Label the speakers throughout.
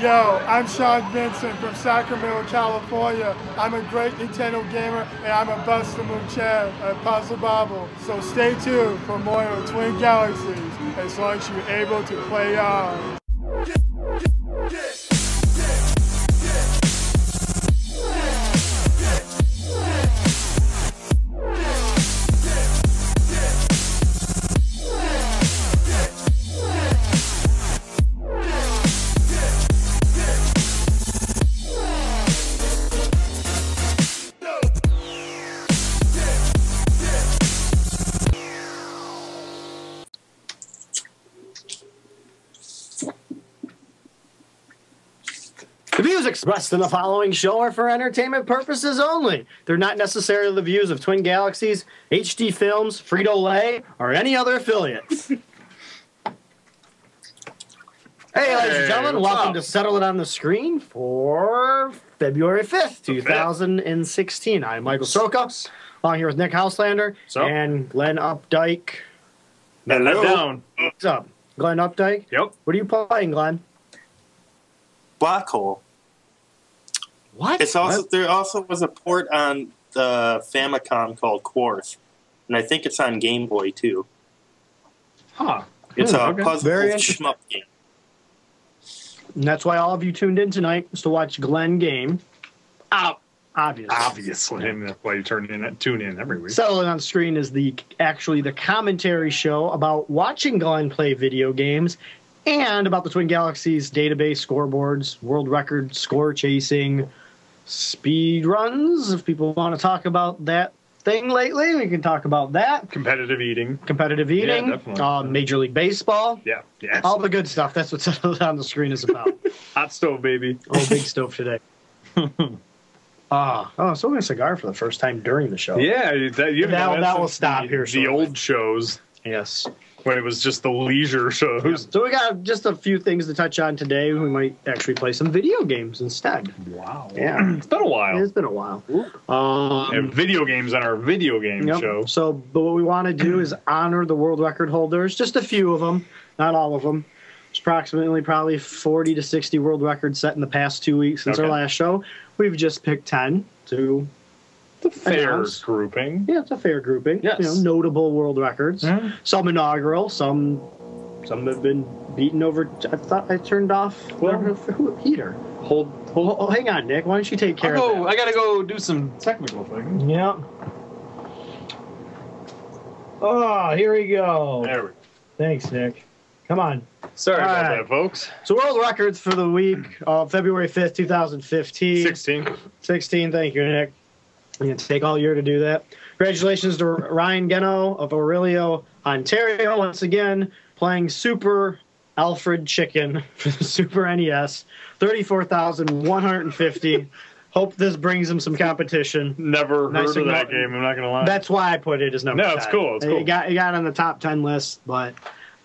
Speaker 1: Yo, I'm Sean Vincent from Sacramento, California. I'm a great Nintendo gamer and I'm a bust to move chair at Puzzle Bobble. So stay tuned for more of Twin Galaxies as long as you're able to play on.
Speaker 2: The views expressed in the following show are for entertainment purposes only. They're not necessarily the views of Twin Galaxies, HD Films, Frito Lay, or any other affiliates. hey, ladies and
Speaker 3: Hey,
Speaker 2: gentlemen,
Speaker 3: what's
Speaker 2: welcome
Speaker 3: up?
Speaker 2: to Settle It on the Screen for February 5th, 2016. I'm Michael Soka, along here with Nick Houselander
Speaker 3: So?
Speaker 2: and Glenn Updike.
Speaker 3: And let down.
Speaker 2: What's up? Glenn Updike?
Speaker 3: Yep.
Speaker 2: What are you playing, Glenn?
Speaker 4: Black Hole.
Speaker 2: What?
Speaker 4: It's also
Speaker 2: What?
Speaker 4: there also was a port on the Famicom called Quarth, and I think it's on Game Boy too.
Speaker 3: Huh.
Speaker 4: It's
Speaker 2: Hmm,
Speaker 4: a
Speaker 2: okay.
Speaker 4: puzzle
Speaker 2: Very interesting.
Speaker 4: shmup game.
Speaker 2: And that's why all of you tuned in tonight is to watch Glenn game. Out. Obvious.
Speaker 3: Obviously. And that's why you turn in tune in every week.
Speaker 2: Settling on screen is the actually the commentary show about watching Glenn play video games and about the Twin Galaxies database scoreboards, world record score chasing, speed runs. If people want to talk about that thing lately, we can talk about that.
Speaker 3: Competitive eating.
Speaker 2: Competitive eating,
Speaker 3: definitely.
Speaker 2: uh, Major League Baseball,
Speaker 3: Yeah. Yeah.
Speaker 2: all the good stuff. That's what Settled on the Screen is about.
Speaker 3: Hot stove, baby.
Speaker 2: Oh, big stove today. Ah, oh, I'm smoking a cigar for the first time during the show.
Speaker 3: Yeah. That, you
Speaker 2: That-
Speaker 3: know,
Speaker 2: that will
Speaker 3: since
Speaker 2: stop
Speaker 3: the,
Speaker 2: here
Speaker 3: The
Speaker 2: shortly.
Speaker 3: old shows
Speaker 2: Yes.
Speaker 3: when it was just the leisure shows.
Speaker 2: So we got just a few things to touch on today. We might actually play some video games instead.
Speaker 3: Wow.
Speaker 2: Yeah.
Speaker 3: It's been a while.
Speaker 2: It's been a while. Um,
Speaker 3: And video games on our video game
Speaker 2: yep.
Speaker 3: show.
Speaker 2: So, but what we want to do is honor the world record holders. Just a few of them, not all of them. It's approximately probably 40 to 60 world records set in the past two weeks since our
Speaker 3: Okay.
Speaker 2: last show. We've just picked 10 to
Speaker 3: The fair
Speaker 2: Announce.
Speaker 3: grouping.
Speaker 2: Yeah, it's a fair grouping.
Speaker 3: Yes.
Speaker 2: You know, notable world records.
Speaker 3: Mhm.
Speaker 2: Some inaugural, some some have been beaten over. I thought I turned off
Speaker 3: Well-
Speaker 2: the heater.
Speaker 3: Hold.
Speaker 2: Oh, oh, hang on, Nick. Why don't you take care of that?
Speaker 3: I gotta go do some technical things.
Speaker 2: Yeah. Oh, here we go.
Speaker 3: There we go.
Speaker 2: Thanks, Nick. Come on.
Speaker 3: Sorry about
Speaker 2: Alright.
Speaker 3: that, folks.
Speaker 2: So, world records for the week of February 5th, 2015.
Speaker 3: 16.
Speaker 2: 16. Thank you, Nick. I'm going to take all year to do that. Congratulations to Ryan Geno of Aurelio, Ontario, once again playing Super Alfred Chicken for the Super E NES. 34,150. Hope this brings him some competition.
Speaker 3: Never
Speaker 2: Nice
Speaker 3: heard of that
Speaker 2: igno-
Speaker 3: game. I'm not gonna lie.
Speaker 2: That's why I put it as number.
Speaker 3: No, it's
Speaker 2: 10.
Speaker 3: cool, it's cool.
Speaker 2: It got it got on the top ten list, but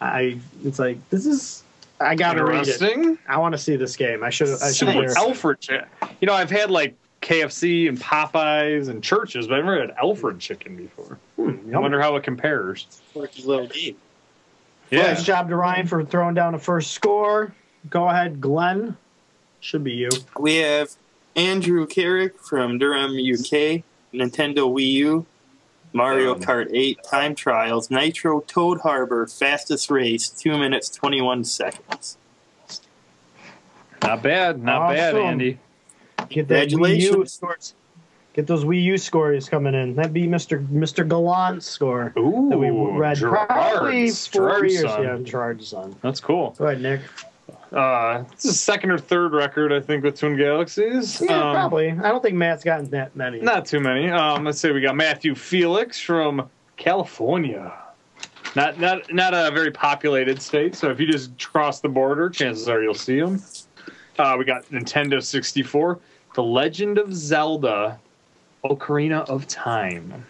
Speaker 2: I it's like this is I gotta read it.
Speaker 3: interesting.
Speaker 2: I want to see this game. I should. I should.
Speaker 3: Super Alfred chicken. You know, I've had like KFC and Popeyes and churches, but I've never had Alfred chicken before.
Speaker 2: Hmm,
Speaker 3: I wonder how it compares.
Speaker 4: Quirky little game.
Speaker 2: Yeah. Nice job to Ryan for throwing down a first score. Go ahead, Glenn. Should be you.
Speaker 4: We have Andrew Carrick from Durham, UK, Nintendo Wii U, Mario
Speaker 3: Um,
Speaker 4: Kart 8 Time Trials, Nitro Toad Harbor Fastest Race, 2 minutes 21 seconds.
Speaker 3: Not bad. Not bad,
Speaker 2: Awesome.
Speaker 3: Andy.
Speaker 2: Get that Wii U
Speaker 4: Congratulations.
Speaker 2: scores. Get those Wii U scores coming in. That'd be Mr. Mr. Gallant score
Speaker 3: Ooh,
Speaker 2: that we read probably
Speaker 3: Gerard's-
Speaker 2: four
Speaker 3: Gerard's
Speaker 2: years
Speaker 3: son.
Speaker 2: yeah, Gerard's son.
Speaker 3: That's cool.
Speaker 2: Go ahead, Nick.
Speaker 3: Uh, it's the second or third record, I think, with Twin Galaxies.
Speaker 2: Yeah,
Speaker 3: Um,
Speaker 2: probably. I don't think Matt's gotten that many.
Speaker 3: Not too many. Um, let's say we got Matthew Felix from California. Not not not a very populated state, so if you just cross the border, chances are you'll see him. Uh, we got Nintendo 64, The Legend of Zelda, Ocarina of Time.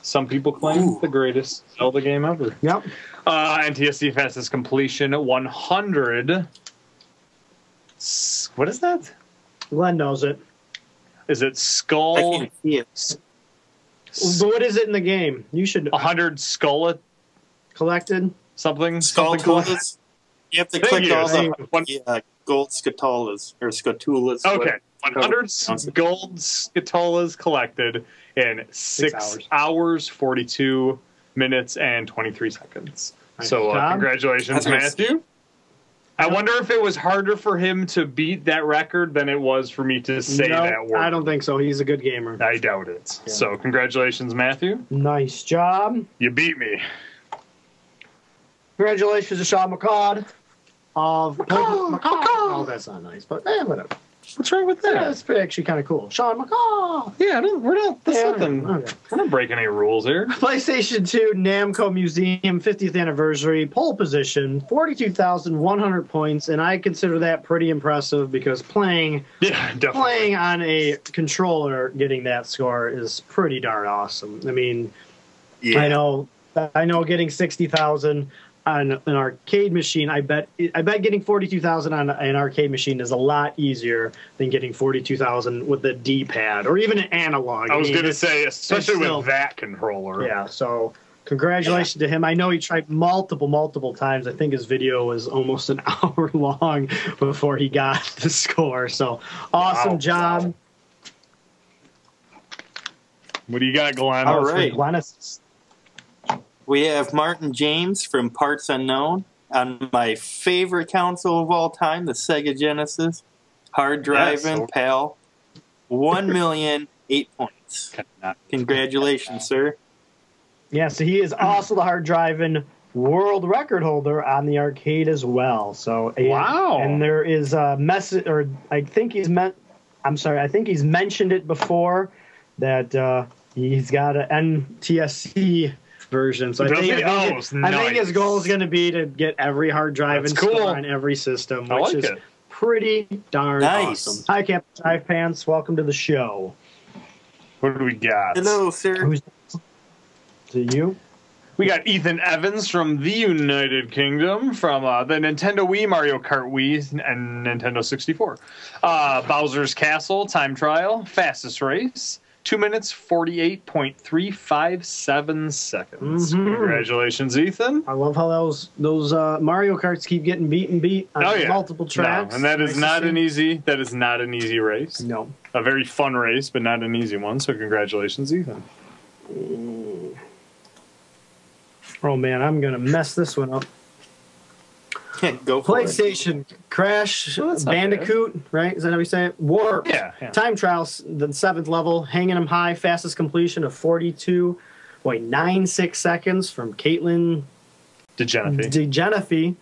Speaker 3: Some people claim
Speaker 4: Ooh.
Speaker 3: the greatest Zelda game ever.
Speaker 2: Yep.
Speaker 3: Uh, NTSC fastest completion 100. S- What is that?
Speaker 2: Glenn knows it.
Speaker 3: Is it Skull?
Speaker 4: I can't see it.
Speaker 2: But what is it in the game? You should
Speaker 3: a hundred skull
Speaker 2: collected.
Speaker 3: something
Speaker 4: Skull
Speaker 3: something cool.
Speaker 4: closes. You have to
Speaker 3: Thank
Speaker 4: click
Speaker 3: you.
Speaker 4: all
Speaker 2: Thank
Speaker 4: the uh, gold scatolas or scatulas.
Speaker 3: Okay.
Speaker 4: whatever.
Speaker 3: 100 gold scatolas collected in six,
Speaker 2: hours.
Speaker 3: hours. 42 minutes, and 23 seconds.
Speaker 2: Nice
Speaker 3: So, uh,
Speaker 2: job.
Speaker 3: congratulations,
Speaker 4: That's nice.
Speaker 3: Matthew. I wonder if it was harder for him to beat that record than it was for me to say
Speaker 2: No,
Speaker 3: that word.
Speaker 2: I don't think so. He's a good gamer.
Speaker 3: I doubt it.
Speaker 2: Yeah.
Speaker 3: So, congratulations, Matthew.
Speaker 2: Nice job.
Speaker 3: You beat me.
Speaker 2: Congratulations to Sean McCod of McCod. Oh, that's not nice, but eh, whatever.
Speaker 3: What's wrong with
Speaker 2: Yeah, that's pretty- actually kind of cool. Sean McCod.
Speaker 3: Yeah, I don't, we're not. That's
Speaker 2: Yeah,
Speaker 3: nothing.
Speaker 2: okay.
Speaker 3: We're not breaking any rules here.
Speaker 2: PlayStation 2 Namco Museum 50th anniversary pole position, 42,100 points, and I consider that pretty impressive because playing
Speaker 3: Yeah, definitely.
Speaker 2: playing on a controller getting that score is pretty darn awesome. I mean,
Speaker 4: Yeah.
Speaker 2: I know I know getting 60,000 on an arcade machine, I bet I bet getting 42,000 on an arcade machine is a lot easier than getting 42,000 with a D-pad or even an analog.
Speaker 3: I was
Speaker 2: mean,
Speaker 3: going to
Speaker 2: it's-
Speaker 3: say, especially
Speaker 2: still-
Speaker 3: with that controller.
Speaker 2: yeah, so congratulations to him. I know he tried multiple, multiple times. I think his video was almost an hour long before he got the score. So awesome
Speaker 3: Wow.
Speaker 2: job.
Speaker 3: What do you got, Glenn?
Speaker 4: All
Speaker 2: That's
Speaker 4: right.
Speaker 2: ridiculous.
Speaker 4: We have Martin James from Parts Unknown on my favorite console of all time, the Sega Genesis. Hard
Speaker 3: Yes.
Speaker 4: driving, pal. One million eight points. Congratulations, sir.
Speaker 2: Yeah, so he is also the hard driving world record holder on the arcade as well. So and-
Speaker 3: Wow.
Speaker 2: and there is a message, or I think he's meant. I'm sorry, I think he's mentioned it before that uh, he's got an NTSC version. So I
Speaker 3: Does
Speaker 2: think,
Speaker 3: he?
Speaker 2: I think-
Speaker 3: Oh,
Speaker 2: I think his
Speaker 3: nice.
Speaker 2: goal is going to be to get every hard drive
Speaker 3: That's
Speaker 2: and
Speaker 3: cool.
Speaker 2: on every system, which
Speaker 3: I like
Speaker 2: is
Speaker 3: it.
Speaker 2: pretty darn
Speaker 4: Nice.
Speaker 2: awesome. Hi, Cap Drive Pants. Welcome to the show.
Speaker 3: What do we got?
Speaker 4: Hello, sir.
Speaker 2: Who's to you?
Speaker 3: We got Ethan Evans from the United Kingdom, from uh, the Nintendo Wii, Mario Kart Wii, and Nintendo 64. Uh, Bowser's Castle, Time Trial, Fastest Race, 2 minutes 48.357 seconds.
Speaker 4: Mm-hmm.
Speaker 2: Mhm.
Speaker 3: Congratulations, Ethan.
Speaker 2: I love how those those uh, Mario Karts keep getting beat and beat on
Speaker 3: Oh, yeah.
Speaker 2: multiple tracks.
Speaker 3: No, and that is
Speaker 2: Nice to
Speaker 3: not
Speaker 2: see.
Speaker 3: an e- easy that is not an easy race.
Speaker 2: No.
Speaker 3: A very fun race, but not an easy one. So congratulations, Ethan.
Speaker 2: Oh man, I'm gonna mess this one up.
Speaker 4: Go for it.
Speaker 2: PlayStation Crash
Speaker 3: Well, that's not
Speaker 2: Bandicoot, right? Is that how we say it? Warp.
Speaker 3: Yeah, yeah.
Speaker 2: Time trials, the seventh level, hanging them high, fastest completion of 42. Wait, nine six seconds from Caitlin
Speaker 3: DeGenevieve.
Speaker 2: DeGenefi.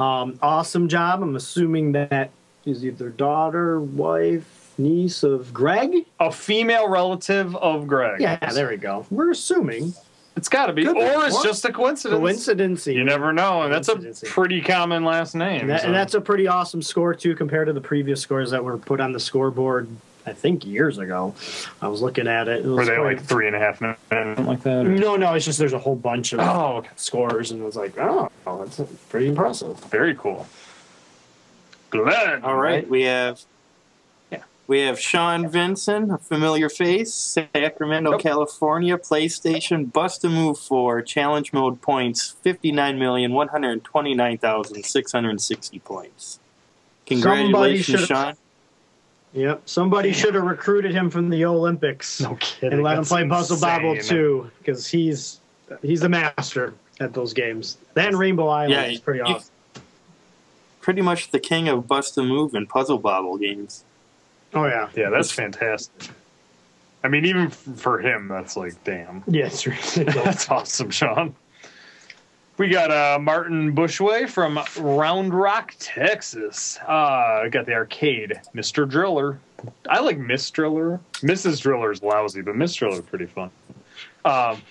Speaker 2: Um, awesome job. I'm assuming that is either daughter, wife, niece of Greg.
Speaker 3: a female relative of Greg.
Speaker 2: Yeah, there we go. We're assuming
Speaker 3: It's got to be,
Speaker 2: Could be.
Speaker 3: or it's
Speaker 2: What?
Speaker 3: just a coincidence.
Speaker 2: coincidence.
Speaker 3: You never know, and that's
Speaker 2: Coincidence.
Speaker 3: a pretty common last name.
Speaker 2: And, that,
Speaker 3: so.
Speaker 2: and that's a pretty awesome score too, compared to the previous scores that were put on the scoreboard. I think years ago, I was looking at it. it
Speaker 3: were
Speaker 2: was
Speaker 3: they
Speaker 2: quite-
Speaker 3: like three and a half minutes like that? or-
Speaker 2: No, no. It's just there's a whole bunch of
Speaker 3: Oh, okay.
Speaker 2: scores, and it was like, oh, that's pretty impressive.
Speaker 3: very cool. Glenn.
Speaker 4: All right, we have
Speaker 3: Yeah.
Speaker 4: we have Sean Vincent, a familiar face, Sacramento,
Speaker 3: Yep.
Speaker 4: California, PlayStation, Bust a Move 4, Challenge Mode points, 59,129,660 points.
Speaker 2: Somebody
Speaker 4: Congratulations,
Speaker 2: should've-
Speaker 4: Sean.
Speaker 2: Yep. Somebody should have recruited him from the Olympics
Speaker 3: No kidding.
Speaker 2: and let him
Speaker 3: that's
Speaker 2: play Puzzle
Speaker 3: insane.
Speaker 2: Bobble too, because he's he's the master at those games. Then Rainbow Island
Speaker 4: Yeah,
Speaker 2: is pretty
Speaker 4: you-
Speaker 2: awesome.
Speaker 4: Pretty much the king of Bust a Move and Puzzle Bobble games.
Speaker 2: Oh yeah.
Speaker 3: Yeah, that's fantastic. I mean, even f- for him, that's like, damn.
Speaker 2: Yes. Yeah,
Speaker 3: That's awesome, Sean. We got uh, Martin Bushway from Round Rock, Texas. Uh, got the arcade, Mr. Driller. I like Miss Driller. Mrs. Driller is lousy, but Miss Driller is pretty fun. Um,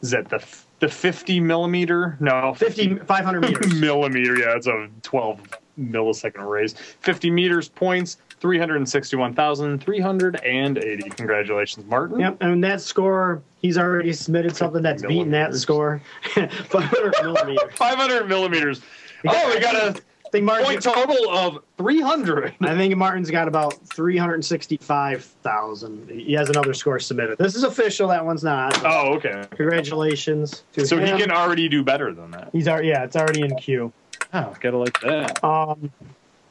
Speaker 3: is that the f- the 50 millimeter? No,
Speaker 2: 50, 500 meters.
Speaker 3: millimeter. Yeah, it's a 12 millisecond raise. 50 meters points, 361,380. Congratulations, Martin.
Speaker 2: Yep, and that score, he's already submitted something that's beaten that
Speaker 3: Millimeters.
Speaker 2: score. 500 millimeters.
Speaker 3: 500 millimeters. Oh, we got a
Speaker 2: I think,
Speaker 3: point
Speaker 2: Martin's,
Speaker 3: total of 300.
Speaker 2: I think Martin's got about 365,000. He has another score submitted. This is official. That one's not.
Speaker 3: Oh, okay.
Speaker 2: Congratulations. To
Speaker 3: So he
Speaker 2: him.
Speaker 3: can already do better than that.
Speaker 2: He's already, yeah, it's already in queue.
Speaker 3: Oh, gotta like that.
Speaker 2: Um,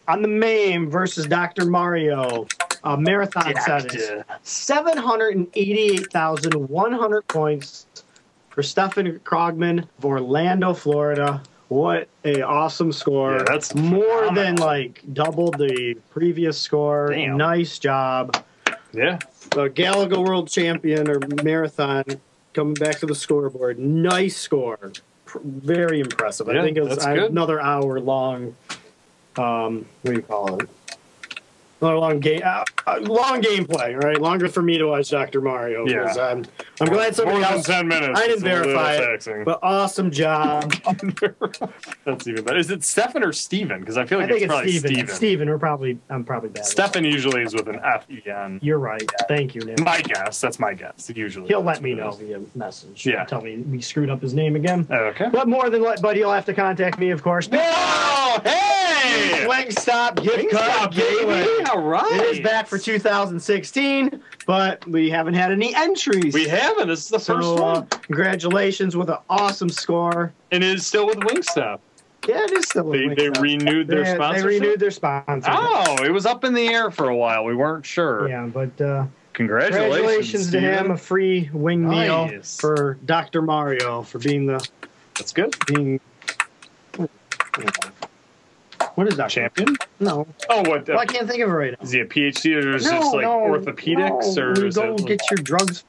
Speaker 2: on the MAME versus Dr. Mario uh, marathon
Speaker 3: Doctor.
Speaker 2: status. 788,100 points for Stefan Krogman of Orlando, Florida. What a awesome score.
Speaker 3: Yeah, that's
Speaker 2: more than
Speaker 3: phenomenal.
Speaker 2: like double the previous score.
Speaker 3: Damn.
Speaker 2: Nice job.
Speaker 3: Yeah.
Speaker 2: Uh, Galaga World Champion or Marathon coming back to the scoreboard. Nice score. Pr- Very impressive. I
Speaker 3: Yeah,
Speaker 2: think it's
Speaker 3: that's good.
Speaker 2: another hour long. Um, what do you call it? Another long game, uh, uh, long gameplay, right? Longer for me to watch Doctor Mario. 'cause
Speaker 3: Yeah.
Speaker 2: I'm, I'm glad somebody
Speaker 3: More than
Speaker 2: else.
Speaker 3: 10 minutes.
Speaker 2: I didn't
Speaker 3: It's a little
Speaker 2: verify it.
Speaker 3: taxing.
Speaker 2: But awesome job.
Speaker 3: That's even better. Is it Stefan or Steven? Because I feel
Speaker 2: I
Speaker 3: like
Speaker 2: think
Speaker 3: it's,
Speaker 2: it's
Speaker 3: probably
Speaker 2: Steven.
Speaker 3: Steven.
Speaker 2: Steven. we're probably I'm probably bad.
Speaker 3: Stefan usually is with an F E N.
Speaker 2: You're right. Thank you, Nick.
Speaker 3: My guess. That's my guess. Usually.
Speaker 2: He'll
Speaker 3: that's
Speaker 2: let me
Speaker 3: what it
Speaker 2: know
Speaker 3: is.
Speaker 2: via message.
Speaker 3: Yeah.
Speaker 2: Tell me we screwed up his name again.
Speaker 3: Okay.
Speaker 2: But more than what, but you'll have to contact me, of course.
Speaker 3: Whoa! Hey!
Speaker 2: Wingstop gift
Speaker 3: Wingstop,
Speaker 2: card gateway.
Speaker 3: baby! All right.
Speaker 2: It is back for 2016, but we haven't had any entries.
Speaker 3: We haven't. This is the
Speaker 2: so,
Speaker 3: first
Speaker 2: uh,
Speaker 3: one.
Speaker 2: congratulations with an awesome score.
Speaker 3: And it is still with Wingstop.
Speaker 2: Yeah, it is still. a
Speaker 3: They, they
Speaker 2: Wingstop.
Speaker 3: renewed their
Speaker 2: They- they
Speaker 3: sponsorship.
Speaker 2: renewed their sponsor.
Speaker 3: Oh, it was up in the air for a while. We weren't sure.
Speaker 2: Yeah, but uh,
Speaker 3: Congratulations,
Speaker 2: congratulations to
Speaker 3: Steven.
Speaker 2: him. A free wing meal
Speaker 3: Nice.
Speaker 2: for Dr. Mario for being the
Speaker 3: That's good.
Speaker 2: being. What is Dr.
Speaker 3: Champion.
Speaker 2: No,
Speaker 3: Oh, what?
Speaker 2: well, I
Speaker 3: Uh,
Speaker 2: can't think of it right now.
Speaker 3: is he a PhD or is this like orthopedics
Speaker 2: no.
Speaker 3: or
Speaker 2: You
Speaker 3: is
Speaker 2: go
Speaker 3: it
Speaker 2: get your drugs?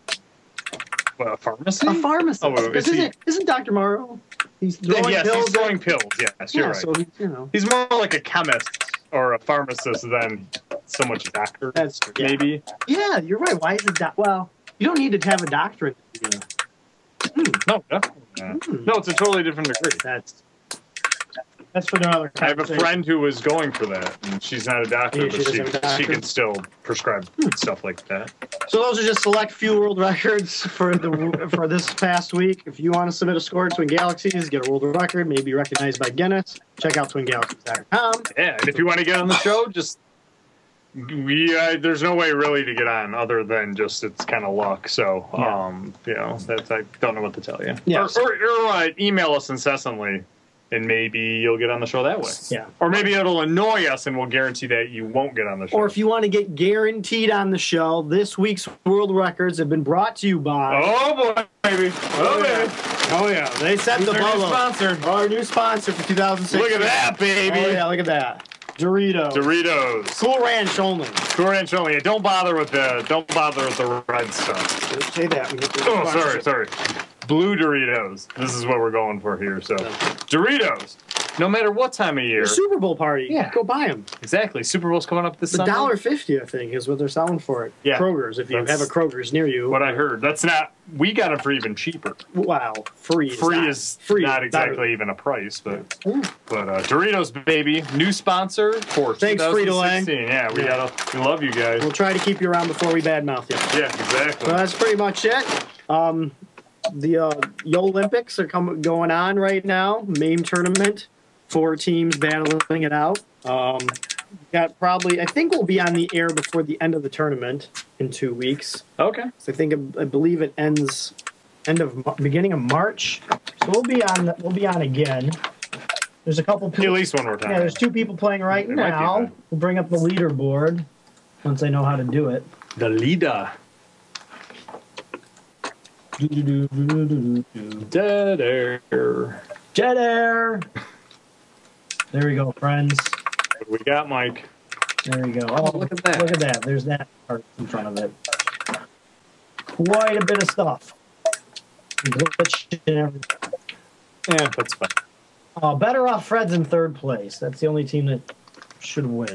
Speaker 3: what, a pharmacy?
Speaker 2: A pharmacist.
Speaker 3: Oh, wait,
Speaker 2: This
Speaker 3: is he-
Speaker 2: isn't, isn't Dr. Morrow? He's throwing
Speaker 3: yes,
Speaker 2: pills.
Speaker 3: he's throwing pills. Yes,
Speaker 2: yeah,
Speaker 3: you're right.
Speaker 2: so he's, you know
Speaker 3: he's more like a chemist or a pharmacist than so much a doctor.
Speaker 2: that's yeah.
Speaker 3: Maybe.
Speaker 2: Yeah, you're right. Why is it doc? Well, you don't need to have a doctorate.
Speaker 3: No, definitely not.
Speaker 2: Hmm.
Speaker 3: No, it's a totally different degree.
Speaker 2: That's that's for another.
Speaker 3: I have a
Speaker 2: conversation.
Speaker 3: friend who was going for that. and She's not a doctor,
Speaker 2: Yeah, she
Speaker 3: but she,
Speaker 2: doesn't have a doctor. Hmm.
Speaker 3: she can still prescribe stuff like that.
Speaker 2: So those are just select few world records for the for this past week. If you want to submit a score to Twin Galaxies, get a world record, maybe be recognized by Guinness. Check out twingalaxies.com.
Speaker 3: Yeah, and if you want to get on the show, just we uh, there's no way really to get on other than just it's kind of luck. So
Speaker 2: Yeah.
Speaker 3: um, you know, that's I don't know what to tell you.
Speaker 2: Yeah.
Speaker 3: Or, or, or uh, email us incessantly, and maybe you'll get on the show that way.
Speaker 2: Yeah.
Speaker 3: Or maybe it'll annoy us, and we'll guarantee that you won't get on the show.
Speaker 2: Or if you want to get guaranteed on the show, this week's world records have been brought to you by.
Speaker 3: oh boy, baby, oh baby, oh yeah.
Speaker 2: They set the
Speaker 3: They're our
Speaker 2: bolo.
Speaker 3: sponsor.
Speaker 2: Our new sponsor for 2016.
Speaker 3: Look at that, baby.
Speaker 2: Oh, yeah, look at that. Doritos.
Speaker 3: Doritos.
Speaker 2: Cool Ranch only.
Speaker 3: Cool Ranch only. Don't bother with the don't bother with the red stuff.
Speaker 2: Say that. when you-
Speaker 3: Oh, sorry, sorry. Blue Doritos. This is what we're going for here. So, Doritos. No matter what time of year.
Speaker 2: The Super Bowl party.
Speaker 3: Yeah.
Speaker 2: Go buy them.
Speaker 3: Exactly. Super Bowl's coming up this
Speaker 2: The
Speaker 3: Sunday.
Speaker 2: dollar fifty, I think, is what they're selling for it.
Speaker 3: Yeah.
Speaker 2: Kroger's. If you
Speaker 3: That's-
Speaker 2: have a Kroger's near you,
Speaker 3: What I heard. That's not. We got them for even cheaper.
Speaker 2: wow, free.
Speaker 3: Free
Speaker 2: not-
Speaker 3: is
Speaker 2: free.
Speaker 3: not
Speaker 2: is
Speaker 3: exactly even a price, but
Speaker 2: Ooh.
Speaker 3: but uh, Doritos, baby, new sponsor for
Speaker 2: Thanks, Frito-Lay.
Speaker 3: 2016. Yeah, we
Speaker 2: Yeah.
Speaker 3: gotta. We love you guys.
Speaker 2: We'll uh, try to keep you around before we badmouth you.
Speaker 3: Yeah, exactly.
Speaker 2: So that's pretty much it. Um, the uh, Yo Olympics are coming going on right now. Main tournament, four teams battling it out. Um, got probably, I think we'll be on the air before the end of the tournament in two weeks.
Speaker 3: okay.
Speaker 2: So I think I believe it ends end of Mar- beginning of March. So we'll be on. We'll be on again. There's a couple.
Speaker 3: At
Speaker 2: People,
Speaker 3: least one more time.
Speaker 2: yeah, there's two people playing right
Speaker 3: It might be
Speaker 2: now.
Speaker 3: then.
Speaker 2: We'll bring up the leaderboard once I know how to do it.
Speaker 3: The leader. Dead air.
Speaker 2: Jet Air. There we go, friends.
Speaker 3: We got Mike.
Speaker 2: There we go. Oh,
Speaker 3: look at that.
Speaker 2: Look at that. There's that part in front of it. Quite a bit of stuff. Glitch and everything.
Speaker 3: Yeah, that's fine.
Speaker 2: Uh, better off Fred's in third place. That's the only team that should win.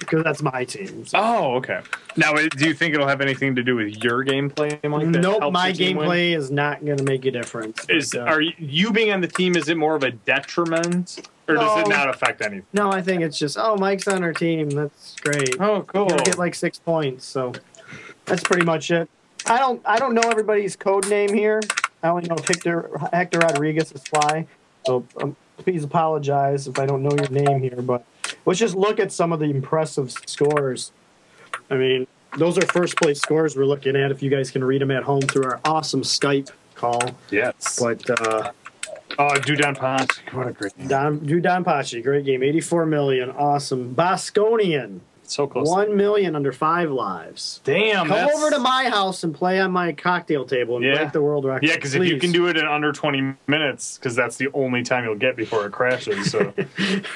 Speaker 2: Because that's my team. So.
Speaker 3: Oh, okay. Now, it- do you think it'll have anything to do with your gameplay, Mike? that
Speaker 2: nope,
Speaker 3: helps
Speaker 2: my
Speaker 3: your team win?
Speaker 2: gameplay is not going to make a difference.
Speaker 3: is.
Speaker 2: But, uh,
Speaker 3: Are you, you being on the team? Is it more of a detriment, or does it
Speaker 2: No.
Speaker 3: not affect anything?
Speaker 2: no, I think it's just, oh, Mike's on our team. That's great.
Speaker 3: Oh, cool.
Speaker 2: He'll get like six points. So that's pretty much it. I don't I don't know everybody's code name here. I only know Hector Hector Rodriguez is Fly. So um, please apologize if I don't know your name here, but let's just look at some of the impressive scores. I mean, those are first place scores we're looking at. If you guys can read them at home through our awesome Skype call,
Speaker 3: yes.
Speaker 2: but uh,
Speaker 3: Oh, Dudon Ponsic, what a great name.
Speaker 2: Don, do Don Pachi, great game. 84 million, awesome. Bosconian,
Speaker 3: So close.
Speaker 2: 1 million under five lives.
Speaker 3: Damn.
Speaker 2: Come
Speaker 3: that's-
Speaker 2: over to my house and play on my cocktail table and
Speaker 3: Yeah.
Speaker 2: break the world record.
Speaker 3: Yeah, because if you
Speaker 2: please.
Speaker 3: can do it in under 20 minutes, because that's the only time you'll get before it crashes. So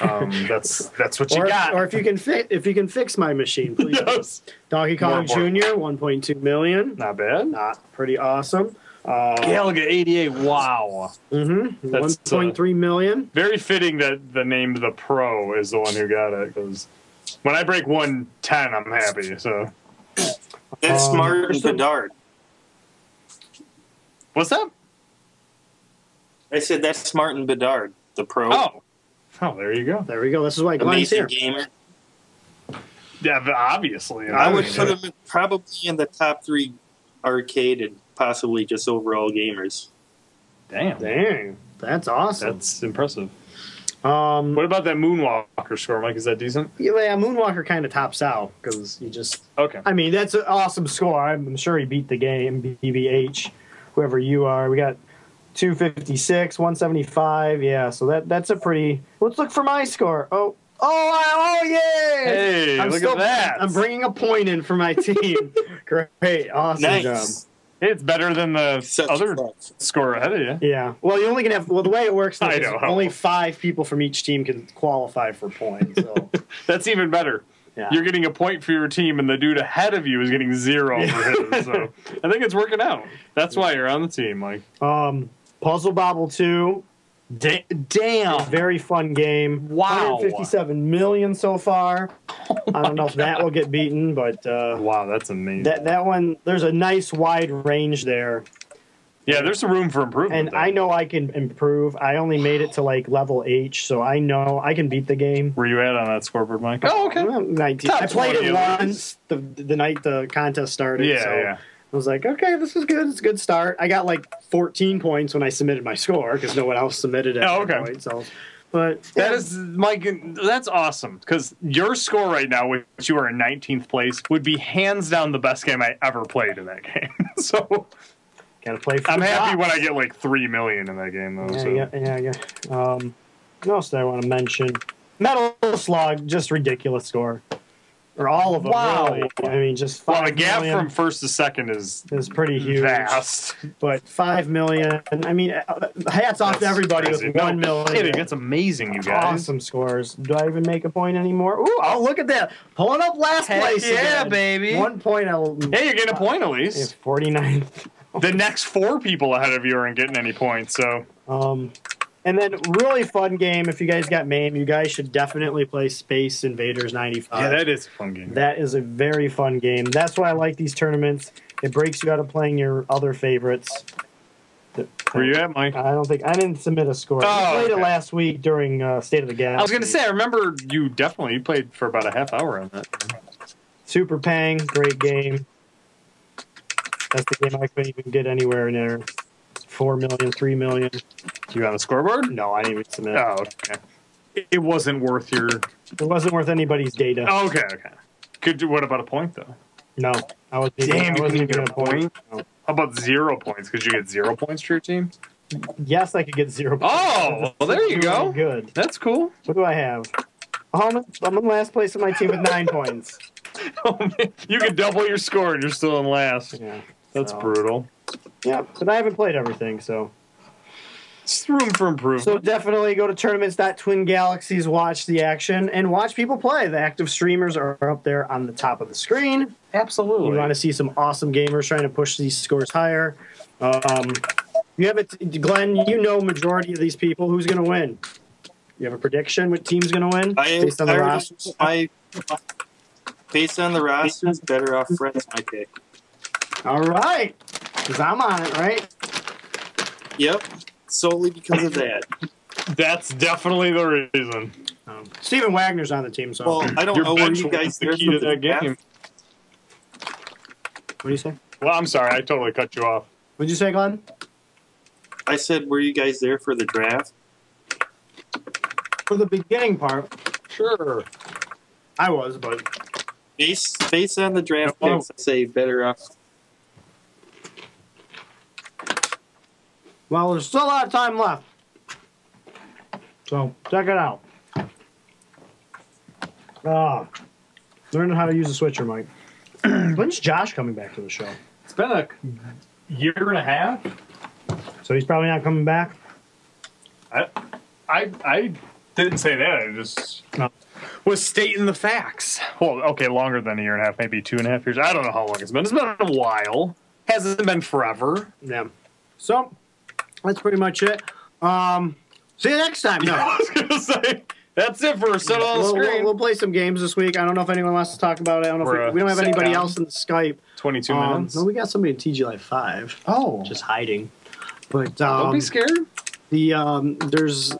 Speaker 3: um, that's that's what you
Speaker 2: or,
Speaker 3: got.
Speaker 2: or if you can fit, if you can fix my machine, please.
Speaker 3: Yes.
Speaker 2: Donkey Kong
Speaker 3: More, more.
Speaker 2: Jr. 1.2 million.
Speaker 3: Not bad.
Speaker 2: Not pretty awesome. Uh,
Speaker 3: Galaga 88. Wow.
Speaker 2: Mm-hmm.
Speaker 3: That's, uh,
Speaker 2: 1.3 million.
Speaker 3: Very fitting that the name The Pro is the one who got it, because when I break 110, I'm happy. So
Speaker 4: That's
Speaker 2: Um,
Speaker 4: Martin Bedard.
Speaker 3: what's that?
Speaker 4: I said that's Martin Bedard, the pro.
Speaker 3: Oh. Oh, there you go.
Speaker 2: There we go. This is why Glenn's
Speaker 4: amazing
Speaker 2: here.
Speaker 4: gamer.
Speaker 3: Yeah, but obviously.
Speaker 4: I would
Speaker 3: mean,
Speaker 4: put him in- probably in the top three arcade and possibly just overall gamers.
Speaker 3: Damn.
Speaker 2: Dang, that's awesome.
Speaker 3: That's impressive.
Speaker 2: um,
Speaker 3: What about that Moonwalker score, Mike? Is that decent?
Speaker 2: yeah, Moonwalker kind of tops out because you just
Speaker 3: Okay.
Speaker 2: I mean, that's an awesome score. I'm sure he beat the game, BBH, whoever you are. We got 256, 175. Yeah, so that that's a pretty. Let's look for my score. Oh, oh, I- oh, yay!
Speaker 3: Hey, look at that.
Speaker 2: I'm bringing a point in for my team. Great, awesome
Speaker 4: Nice.
Speaker 2: job.
Speaker 3: It's better than the
Speaker 4: Such
Speaker 3: other
Speaker 4: fucks.
Speaker 3: score ahead of you.
Speaker 2: Yeah. Well, you only can have. Well, the way it works now
Speaker 3: I
Speaker 2: is
Speaker 3: know.
Speaker 2: only five people from each team can qualify for points. So
Speaker 3: That's even better.
Speaker 2: yeah.
Speaker 3: You're getting a point for your team, and the dude ahead of you is getting zero for him. So I think it's working out. That's why you're on the team, Mike.
Speaker 2: Um, Puzzle Bobble 2,
Speaker 3: Da- damn.
Speaker 2: very fun game.
Speaker 3: Wow.
Speaker 2: 157 million so far. I don't know if that will get beaten, but uh,
Speaker 3: Wow, that's amazing.
Speaker 2: that that one there's a nice wide range there,
Speaker 3: yeah, there's some room for improvement.
Speaker 2: and I know I can improve. I only made it to like level H, so I know I can beat the game.
Speaker 3: Where you at on that scoreboard, Mike?
Speaker 2: Well, 19.
Speaker 3: Top
Speaker 2: I played
Speaker 3: 20
Speaker 2: it
Speaker 3: at
Speaker 2: once the the night the contest started.
Speaker 3: Yeah,
Speaker 2: so
Speaker 3: yeah.
Speaker 2: I was like, okay, this is good. It's a good start. I got like 14 points when I submitted my score because no one else submitted it.
Speaker 3: Oh,
Speaker 2: at that
Speaker 3: okay.
Speaker 2: Point, so, but
Speaker 3: That
Speaker 2: yeah.
Speaker 3: is Mike. That's awesome because your score right now, which you are in 19th place, would be hands down the best game I ever played in that game. so
Speaker 2: gotta play. For
Speaker 3: I'm
Speaker 2: the
Speaker 3: happy
Speaker 2: top.
Speaker 3: when I get like three million in that game though. so.
Speaker 2: Yeah, yeah, yeah. yeah. Um, what else did I want to mention? Metal Slug, just ridiculous score, or all of them.
Speaker 3: Wow.
Speaker 2: Really. I mean, just
Speaker 3: Well,
Speaker 2: five
Speaker 3: the gap
Speaker 2: million
Speaker 3: from first to second is
Speaker 2: is pretty huge.
Speaker 3: vast.
Speaker 2: But five million. I mean, uh, hats off to
Speaker 3: That's
Speaker 2: everybody
Speaker 3: crazy.
Speaker 2: with
Speaker 3: No
Speaker 2: one million.
Speaker 3: kidding, That's amazing, you guys.
Speaker 2: Awesome scores. Do I even make a point anymore? Ooh, oh look at that! Pulling up last
Speaker 3: Heck
Speaker 2: place.
Speaker 3: yeah,
Speaker 2: again.
Speaker 3: baby.
Speaker 2: One point. oh, I'll,
Speaker 3: Hey, you're getting a point at least.
Speaker 2: Forty nine.
Speaker 3: The next four people ahead of you aren't getting any points, so
Speaker 2: Um, and then really fun game. If you guys got MAME, you guys should definitely play Space Invaders ninety five.
Speaker 3: is a fun game.
Speaker 2: That is a very fun game. That's why I like these tournaments. It breaks you out of playing your other favorites.
Speaker 3: Where you at, Mike?
Speaker 2: I don't think I didn't submit a score.
Speaker 3: Oh,
Speaker 2: I played
Speaker 3: okay.
Speaker 2: it last week during uh, State of the Gas.
Speaker 3: I was gonna say, I remember you definitely you played for about a half hour on that.
Speaker 2: Super Pang, great game. That's the game I couldn't even get anywhere near. Four million, three million.
Speaker 3: You on the scoreboard?
Speaker 2: No, I didn't even submit.
Speaker 3: Oh, okay. It- It wasn't worth your.
Speaker 2: It wasn't worth anybody's data.
Speaker 3: Oh, okay, okay. Could do. What about a point though?
Speaker 2: No, I was.
Speaker 3: Damn,
Speaker 2: I
Speaker 3: you
Speaker 2: wasn't
Speaker 3: couldn't
Speaker 2: even
Speaker 3: get a
Speaker 2: gonna point.
Speaker 3: How about zero points? Could you get zero points for your team?
Speaker 2: Yes, I could get zero.
Speaker 3: Oh, well, there you go.
Speaker 2: Good.
Speaker 3: That's cool.
Speaker 2: What do I have? I'm I'm in last place on my team with nine points.
Speaker 3: Oh, man. You could double your score and you're still in last.
Speaker 2: Yeah.
Speaker 3: That's
Speaker 2: So-
Speaker 3: brutal.
Speaker 2: Yeah, but I haven't played everything, so
Speaker 3: It's room for improvement.
Speaker 2: so definitely go to tournaments.twin galaxies, watch the action, and watch people play. The active streamers are up there on the top of the screen.
Speaker 3: Absolutely.
Speaker 2: You want to see some awesome gamers trying to push these scores higher. Um, you have it, Glenn. You know majority of these people. Who's going to win? You have a prediction what team's going to win
Speaker 4: I,
Speaker 2: based on
Speaker 4: I
Speaker 2: the
Speaker 4: already-
Speaker 2: rosters?
Speaker 4: I- based on the rosters, better off Fred's my pick.
Speaker 2: All right, because I'm on it, right?
Speaker 4: Yep, solely because of that.
Speaker 3: That's definitely the reason.
Speaker 2: Um, Steven Wagner's on the team, so
Speaker 4: Well,
Speaker 2: what
Speaker 4: I don't
Speaker 3: Your
Speaker 4: know where
Speaker 3: bench
Speaker 4: you
Speaker 3: was
Speaker 4: guys
Speaker 3: the key to that game.
Speaker 2: do you say?
Speaker 3: Well, I'm sorry, I totally cut you off.
Speaker 2: What'd you say, Glenn?
Speaker 4: I said, were you guys there for the draft?
Speaker 2: For the beginning part,
Speaker 3: Sure.
Speaker 2: I was, but
Speaker 4: Based based on the draft
Speaker 3: No.
Speaker 4: picks, I say better off.
Speaker 2: well, there's still a lot of time left. So check it out. Ah, learning how to use a switcher, Mike. When's Josh coming back to the show?
Speaker 3: It's been a year and a half.
Speaker 2: So he's probably not coming back.
Speaker 3: I I, I didn't say that. I just
Speaker 2: No.
Speaker 3: was stating the facts. Well, okay, longer than a year and a half, maybe two and a half years. I don't know how long it's been. It's been a while. Hasn't been forever.
Speaker 2: Yeah. So that's pretty much it. Um, see you next time. No.
Speaker 3: I was gonna say that's it for set on the
Speaker 2: We'll,
Speaker 3: screen.
Speaker 2: we'll, we'll play some games this week. I don't know if anyone wants to talk about it. I don't know
Speaker 3: We're,
Speaker 2: if
Speaker 3: uh,
Speaker 2: we, we don't have
Speaker 3: sit
Speaker 2: anybody
Speaker 3: down.
Speaker 2: else in Skype.
Speaker 3: Twenty-two
Speaker 2: Um,
Speaker 3: minutes.
Speaker 2: no, we got somebody in TG Live Five
Speaker 3: oh,
Speaker 2: just hiding. But um,
Speaker 3: don't be scared.
Speaker 2: the um, there's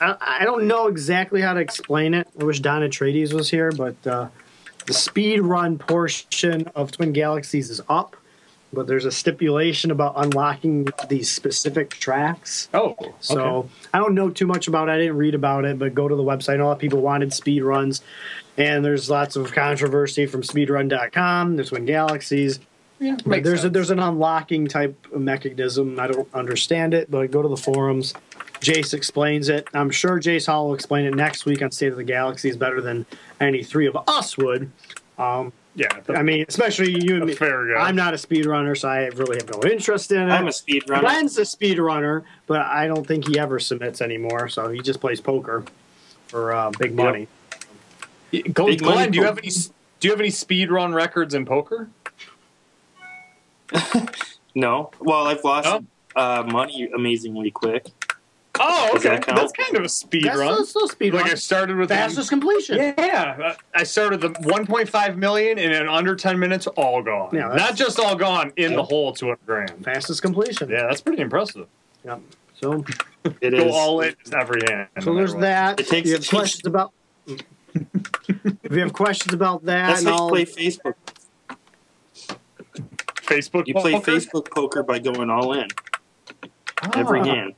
Speaker 2: I, I don't know exactly how to explain it. I wish Don Atreides was here, but uh, the speed run portion of Twin Galaxies is up, but there's a stipulation about unlocking these specific tracks.
Speaker 3: Oh,
Speaker 2: So
Speaker 3: okay.
Speaker 2: I don't know too much about it. I didn't read about it, but go to the website. I know a lot of people wanted speed runs, and there's lots of controversy from speedrun.com. There's Twin Galaxies.
Speaker 3: yeah,
Speaker 2: But
Speaker 3: makes
Speaker 2: there's a,
Speaker 3: sense.
Speaker 2: there's an unlocking type of mechanism. I don't understand it, but go to the forums. Jace explains it. I'm sure Jace Hall will explain it next week on State of the Galaxies better than any three of us would. Um,
Speaker 3: yeah. the-
Speaker 2: I mean, especially you and
Speaker 3: A
Speaker 2: me.
Speaker 3: fair guy.
Speaker 2: I'm not a speedrunner, so I really have no interest in it.
Speaker 4: I'm a speedrunner.
Speaker 2: Glenn's a speedrunner, but I don't think he ever submits anymore, so he just plays poker for uh, big money.
Speaker 3: Go-
Speaker 4: Big money
Speaker 3: Glenn, do you
Speaker 4: poker.
Speaker 3: have any? s- Do you have any speed run records in poker?
Speaker 4: No. Well, I've lost
Speaker 3: No?
Speaker 4: uh, money amazingly quick.
Speaker 3: Oh,
Speaker 4: Does that
Speaker 3: okay.
Speaker 4: count?
Speaker 3: That's kind of a speed
Speaker 2: That's
Speaker 3: run.
Speaker 2: still, still speed
Speaker 3: Like
Speaker 2: run.
Speaker 3: I started with
Speaker 2: Fastest completion.
Speaker 3: Yeah, I started the 1.5 million and in under 10 minutes, all gone.
Speaker 2: Yeah, that's-
Speaker 3: Not just all gone in the hole, 200 grand.
Speaker 2: Fastest completion.
Speaker 3: Yeah, that's pretty impressive.
Speaker 2: Yep. So,
Speaker 4: It is.
Speaker 3: Go all in every hand.
Speaker 2: so
Speaker 3: no
Speaker 2: there's
Speaker 3: matter
Speaker 2: that.
Speaker 4: It
Speaker 2: if
Speaker 4: takes-
Speaker 2: you have questions about, if you have questions about that,
Speaker 4: That's
Speaker 2: and
Speaker 4: how you
Speaker 2: all,
Speaker 4: play Facebook.
Speaker 3: what. Facebook.
Speaker 4: You play
Speaker 3: poker?
Speaker 4: Facebook poker by going all in every
Speaker 2: Ah.
Speaker 4: hand.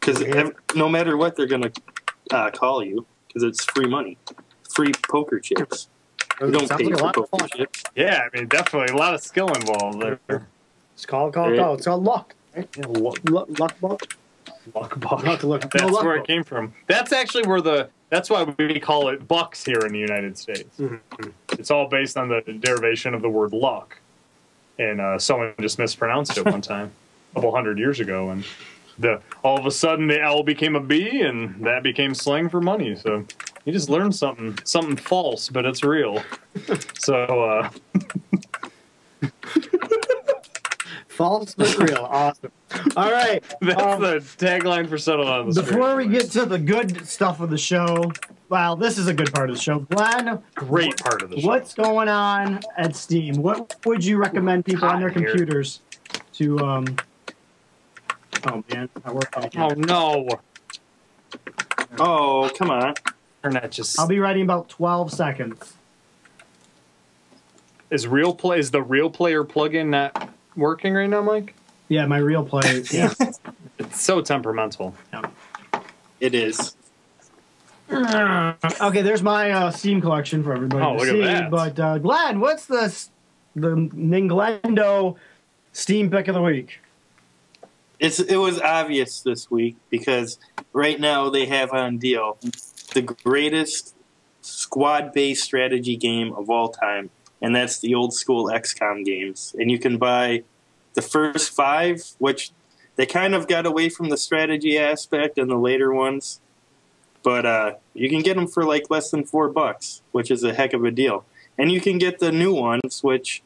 Speaker 4: Because
Speaker 2: Yeah.
Speaker 4: no matter what, they're going to uh, call you because it's free money. Free poker chips. You don't
Speaker 2: sounds
Speaker 4: pay
Speaker 2: like a
Speaker 4: for
Speaker 2: lot of
Speaker 4: poker
Speaker 2: fun.
Speaker 4: chips.
Speaker 3: Yeah, I mean, definitely a lot of skill involved there.
Speaker 2: It's called call
Speaker 4: Right.
Speaker 2: call. It's called luck. Right? Yeah, luck, luck, luck, luck,
Speaker 3: Luck buck.
Speaker 2: luck, luck.
Speaker 3: That's
Speaker 2: no, luck
Speaker 3: where it
Speaker 2: book.
Speaker 3: came from. That's actually where the. That's why we call it bucks here in the United States.
Speaker 2: Mhm.
Speaker 3: It's all based on the derivation of the word luck, and uh, someone just mispronounced it one time, a couple hundred years ago, and the all of a sudden the L became a B, and that became slang for money. So you just learn something, something false, but it's real. so uh,
Speaker 2: False but real. Awesome. All right.
Speaker 3: that's
Speaker 2: Um,
Speaker 3: the tagline for settle on the Screen.
Speaker 2: Before we get to the good stuff of the show, well, this is a good part of the show. Glenn,
Speaker 3: great part of the show.
Speaker 2: what's going on at Steam? What would you recommend people on their
Speaker 3: Hot in here.
Speaker 2: computers to? Um, oh man, I work.
Speaker 3: Oh no!
Speaker 4: Oh, come on.
Speaker 3: Internet just
Speaker 2: I'll be writing about twelve seconds.
Speaker 3: Is real play is the real player plugin not working right now, Mike?
Speaker 2: Yeah, my real play. Yeah,
Speaker 3: It's so temperamental.
Speaker 4: It is.
Speaker 2: okay, there's my uh, Steam collection for everybody
Speaker 3: Oh,
Speaker 2: to
Speaker 3: look at
Speaker 2: see.
Speaker 3: that.
Speaker 2: But uh, Glenn, what's the s- the Ninglendo Steam pick of the week?
Speaker 4: It's it was obvious this week because right now they have on deal the greatest squad-based strategy game of all time, and that's the old school XCOM games. And you can buy the first five, which they kind of got away from the strategy aspect and the later ones, but uh, you can get them for like less than four bucks, which is a heck of a deal. And you can get the new ones, which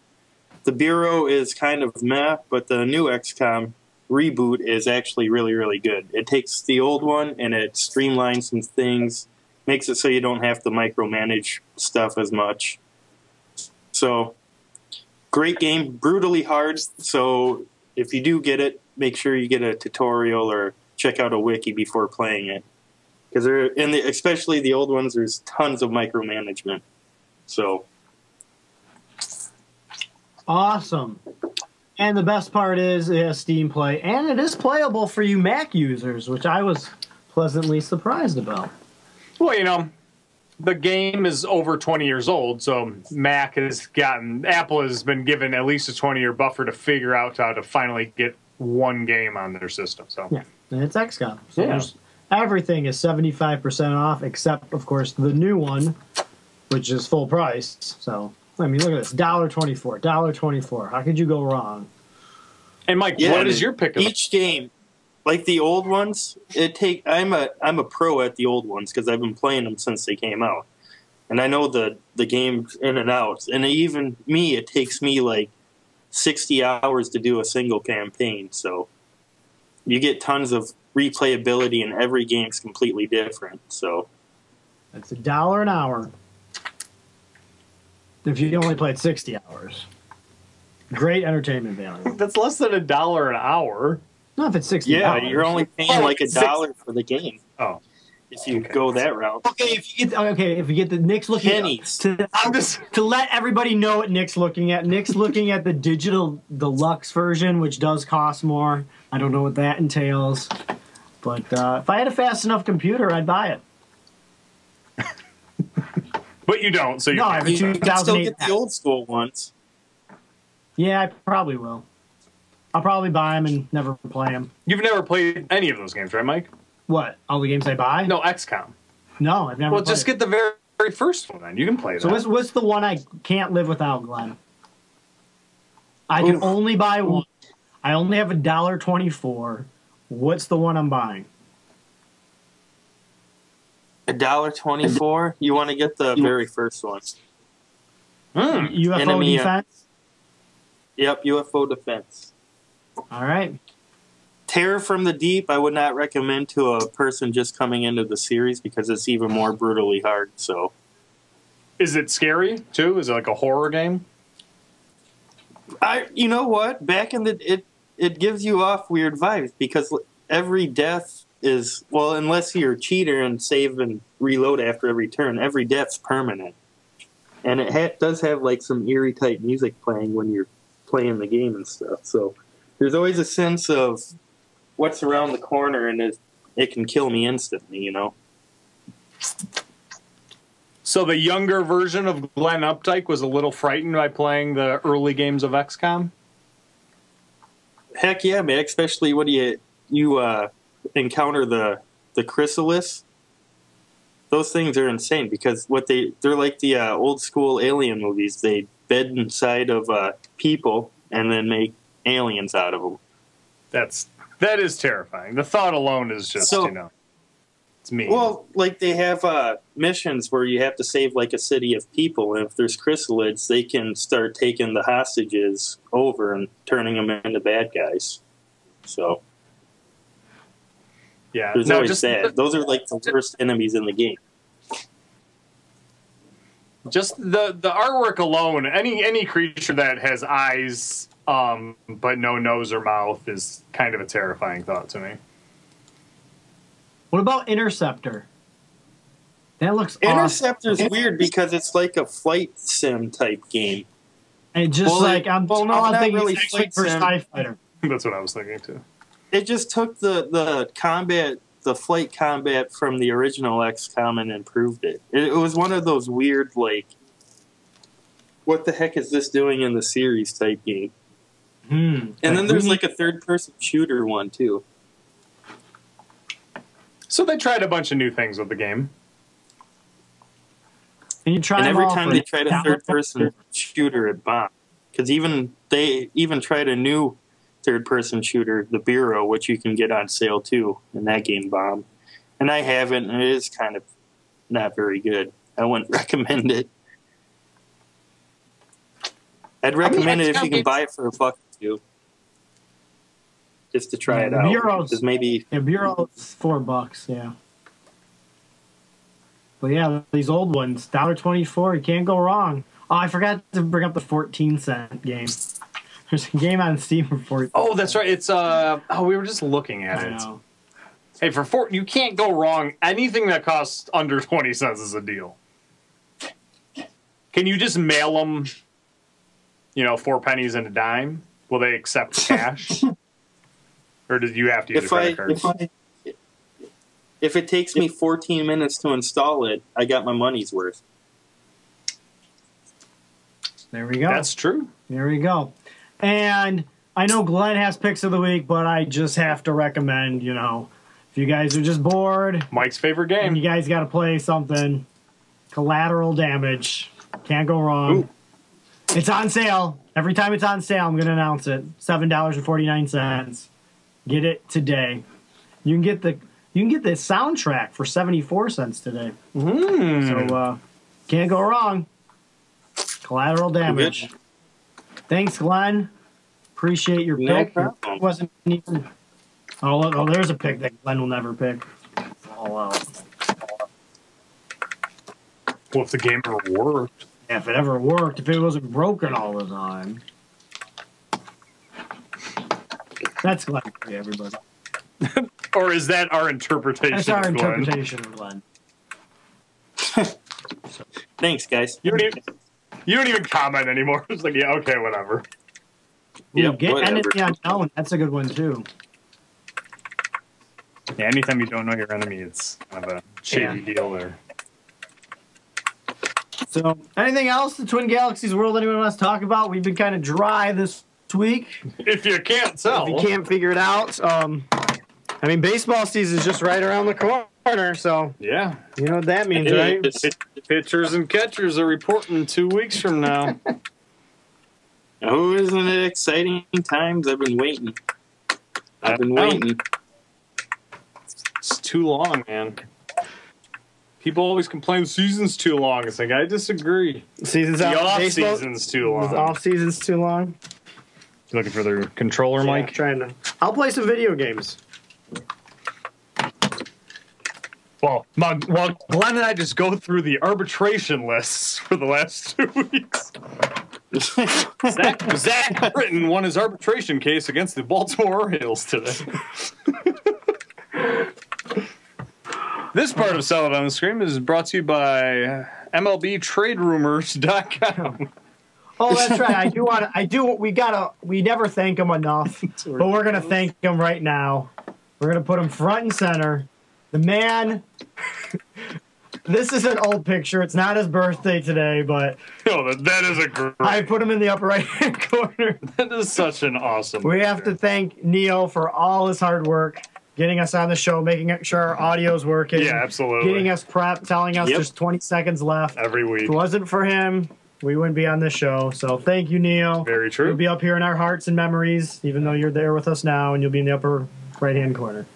Speaker 4: the Bureau is kind of meh, but the new XCOM reboot is actually really, really good. It takes the old one and it streamlines some things, makes it so you don't have to micromanage stuff as much. So, great game, brutally hard. So, if you do get it, make sure you get a tutorial or check out a wiki before playing it. Because there, in the especially the old ones, there's tons of micromanagement. So,
Speaker 2: Awesome. And the best part is it has Steam Play, and it is playable for you Mac users, which I was pleasantly surprised about.
Speaker 3: Well, you know, the game is over 20 years old, so Mac has gotten Apple has been given at least a 20 year buffer to figure out how to finally get one game on their system. So
Speaker 2: Yeah, and it's XCOM. So
Speaker 3: Yeah.
Speaker 2: there's Everything is 75% off, except, of course, the new one, which is full price. So, I mean, look at this $1.24, $1.24. How could you go wrong?
Speaker 3: And Mike,
Speaker 4: Yeah,
Speaker 3: what
Speaker 4: I
Speaker 3: is
Speaker 4: mean,
Speaker 3: your pick of
Speaker 4: Each game, like the old ones, it take. I'm a I'm a pro at the old ones because I've been playing them since they came out, and I know the the games in and out. And even me, it takes me like sixty hours to do a single campaign. So you get tons of replayability, and every game's completely different. So
Speaker 2: It's a dollar an hour if you only played 60 hours. Great entertainment value.
Speaker 3: That's less than a dollar an hour.
Speaker 2: Not if it's 60
Speaker 4: yeah,
Speaker 2: hours.
Speaker 4: you're only paying like a dollar for the game
Speaker 3: Oh,
Speaker 4: if you
Speaker 3: Okay.
Speaker 4: go that route.
Speaker 2: Okay, if you get okay, if you get the Nick's looking
Speaker 4: Pennies.
Speaker 2: to
Speaker 3: I'm just
Speaker 2: to let everybody know what Nick's looking at. Nick's looking at the digital deluxe version, which does cost more. I don't know what that entails, but uh, if I had a fast enough computer, I'd buy it.
Speaker 3: but you don't. So you
Speaker 2: No, I have a
Speaker 4: You can still
Speaker 2: 2008.
Speaker 4: get the old school ones.
Speaker 2: Yeah, I probably will. I'll probably buy them and never play them.
Speaker 3: you've never played any of those games, right, Mike?
Speaker 2: What? All the games I buy?
Speaker 3: No, XCOM.
Speaker 2: no, I've never.
Speaker 3: Well,
Speaker 2: played
Speaker 3: just
Speaker 2: it.
Speaker 3: get the very, very first one. Then you can play that.
Speaker 2: So what's what's the one I can't live without, Glenn? I can
Speaker 4: Oof.
Speaker 2: only buy one. I only have a dollar twenty-four. What's the one I'm buying?
Speaker 4: A dollar twenty four. You want to get the very first one.
Speaker 3: Hmm.
Speaker 2: UFO
Speaker 4: Enemy, uh,
Speaker 2: defense.
Speaker 4: Yep, UFO defense.
Speaker 2: All right.
Speaker 4: Terror from the Deep. I would not recommend to a person just coming into the series because it's even more brutally hard. So
Speaker 3: Is it scary too? Is it like a horror game?
Speaker 4: I, you know what? Back in the it it gives you off weird vibes because every death is well, unless you're a cheater and save and reload after every turn. Every death's permanent, and it ha- does have like some eerie type music playing when you're playing the game and stuff. So there's always a sense of what's around the corner, and it it can kill me instantly. You know.
Speaker 3: So the younger version of Glenn Updike was a little frightened by playing the early games of XCOM.
Speaker 4: Heck yeah, man! Especially when you you uh, encounter the the chrysalis. Those things are insane because what they they're like the uh, old school alien movies. They bed inside of uh, people and then make aliens out of them.
Speaker 3: That's that is terrifying. The thought alone is just
Speaker 4: So-
Speaker 3: you know, it's me.
Speaker 4: Well, like they have uh, missions where you have to save like a city of people, and if there's chrysalids, they can start taking the hostages over and turning them into bad guys. So
Speaker 3: yeah.
Speaker 4: there's
Speaker 3: No,
Speaker 4: always
Speaker 3: just
Speaker 4: that. Those are like the worst enemies in the game.
Speaker 3: just the the artwork alone. Any any creature that has eyes, um, but no nose or mouth is kind of a terrifying thought to me.
Speaker 2: What about Interceptor? That looks awesome.
Speaker 4: Interceptor's weird because it's like a flight sim type game.
Speaker 2: And just
Speaker 4: Well,
Speaker 2: like
Speaker 4: it-
Speaker 2: I'm,
Speaker 4: well, no,
Speaker 2: all I'm
Speaker 4: not
Speaker 2: thinking
Speaker 4: really
Speaker 2: is actually
Speaker 4: flight
Speaker 2: for
Speaker 4: sim.
Speaker 2: Sky Fighter.
Speaker 3: That's what I was thinking too.
Speaker 4: It just took the, the combat, the flight combat from the original XCOM and improved it. it. It was one of those weird, like, what the heck is this doing in the series type game?
Speaker 2: Hmm.
Speaker 4: And then
Speaker 2: We
Speaker 4: there's
Speaker 2: need-
Speaker 4: like a third person shooter one too.
Speaker 3: So they tried a bunch of new things with the game.
Speaker 2: and you try
Speaker 4: And
Speaker 2: them
Speaker 4: every
Speaker 2: all
Speaker 4: time
Speaker 2: for
Speaker 4: they tried a
Speaker 2: dollar-
Speaker 4: third person shooter, it bombed. Because even they even tried a new third person shooter, The Bureau, which you can get on sale too, and that game bombed. And I haven't, and it is kind of not very good. I wouldn't recommend it. I'd recommend it if
Speaker 3: XCOM
Speaker 4: you can
Speaker 3: games-
Speaker 4: buy it for a buck or two, just to try
Speaker 2: Yeah,
Speaker 4: it
Speaker 2: The
Speaker 4: out.
Speaker 2: Bureau's-
Speaker 4: Because maybe
Speaker 2: Yeah, Bureau's four bucks. Yeah. But yeah, these old ones, dollar twenty-four. You can't go wrong. Oh, I forgot to bring up the fourteen cent game. There's a game on Steam for fourteen.
Speaker 3: Oh, that's right. It's uh. Oh, we were just looking at
Speaker 2: I
Speaker 3: it.
Speaker 2: know.
Speaker 3: Hey, for four, you can't go wrong. Anything that costs under twenty cents is a deal. Can you just mail them? You know, four pennies and a dime. Will they accept cash? or do you have to use
Speaker 4: if
Speaker 3: a
Speaker 4: I,
Speaker 3: credit card?
Speaker 4: if I if it takes me 14 minutes to install it, I got my money's worth.
Speaker 2: There we go.
Speaker 3: That's true.
Speaker 2: There we go. And I know Glenn has picks of the week, but I just have to recommend, you know, If you guys are just bored
Speaker 3: Mike's favorite
Speaker 2: and you
Speaker 3: game.
Speaker 2: guys got to play something, collateral damage. Can't go wrong.
Speaker 3: Ooh.
Speaker 2: It's on sale. Every time it's on sale, I'm going to announce it. $7.49. Get it today. You can get the you can get the soundtrack for 74 cents today.
Speaker 3: Mm.
Speaker 4: Hmm.
Speaker 2: So uh, can't go wrong. Collateral damage. Thanks, Glenn. Appreciate your
Speaker 4: No
Speaker 2: pick.
Speaker 4: problem.
Speaker 2: It wasn't even. Oh, look, oh, there's a pick that Glenn will never pick. Oh, All out.
Speaker 3: Well, if the game ever worked,
Speaker 2: Yeah, if it ever worked, if it wasn't broken all the time. That's Glenn for you, everybody.
Speaker 3: or is that our interpretation?
Speaker 2: That's our
Speaker 3: of Glenn?
Speaker 2: interpretation of Glenn.
Speaker 4: Thanks, guys.
Speaker 3: You don't even. You don't even comment anymore. It's like, yeah, okay, whatever.
Speaker 2: Ooh,
Speaker 4: Yep,
Speaker 2: get
Speaker 4: whatever.
Speaker 2: End of the Unknown. That's a good one, too.
Speaker 3: Yeah, anytime you don't know your enemy, it's kind of a shady deal there.
Speaker 2: So, anything else the Twin Galaxies world anyone wants to talk about? We've been kind of dry this week.
Speaker 3: If you can't tell,
Speaker 2: If you can't figure it out, um, I mean, baseball season's just right around the corner, so
Speaker 3: yeah,
Speaker 2: you know what that means, right?
Speaker 3: pitchers and catchers are reporting two weeks from now.
Speaker 4: Oh, isn't it exciting times? I've been waiting. I've been
Speaker 3: I know.
Speaker 4: waiting.
Speaker 3: It's too long, man. People always complain the season's too long. It's like I disagree.
Speaker 2: Season's
Speaker 3: The
Speaker 2: out.
Speaker 3: off
Speaker 2: baseball,
Speaker 3: season's too
Speaker 2: The
Speaker 3: long.
Speaker 2: off season's too long.
Speaker 3: You looking for the controller,
Speaker 2: Yeah, trying to. I'll play some video games.
Speaker 3: Well, my, well, Glenn and I just go through the arbitration lists for the last two weeks. Zach, Zach Britton won his arbitration case against the Baltimore Orioles today. this part of Salad on the Screen is brought to you by MLBTradeRumors.com.
Speaker 2: Oh, that's right. I do want to. I do. We gotta. We never thank them enough, but we're gonna thank them right now. We're gonna put him front and center. The man. this is an old picture. It's not his birthday today, but
Speaker 3: Yo, Oh, that, that is a great.
Speaker 2: I put him in the upper right hand corner.
Speaker 3: That is such an awesome.
Speaker 2: We have to
Speaker 3: picture.
Speaker 2: thank Neil for all his hard work, getting us on the show, making sure our audio's working,
Speaker 3: Yeah, absolutely.
Speaker 2: getting us prep, telling us
Speaker 4: Yep.
Speaker 2: there's 20 seconds left.
Speaker 3: every week.
Speaker 2: If it wasn't for him, we wouldn't be on this show. So thank you, Neil.
Speaker 3: Very
Speaker 2: You'll
Speaker 3: true.
Speaker 2: be up here in our hearts and memories, even though you're there with us now, and you'll be in the upper right hand corner.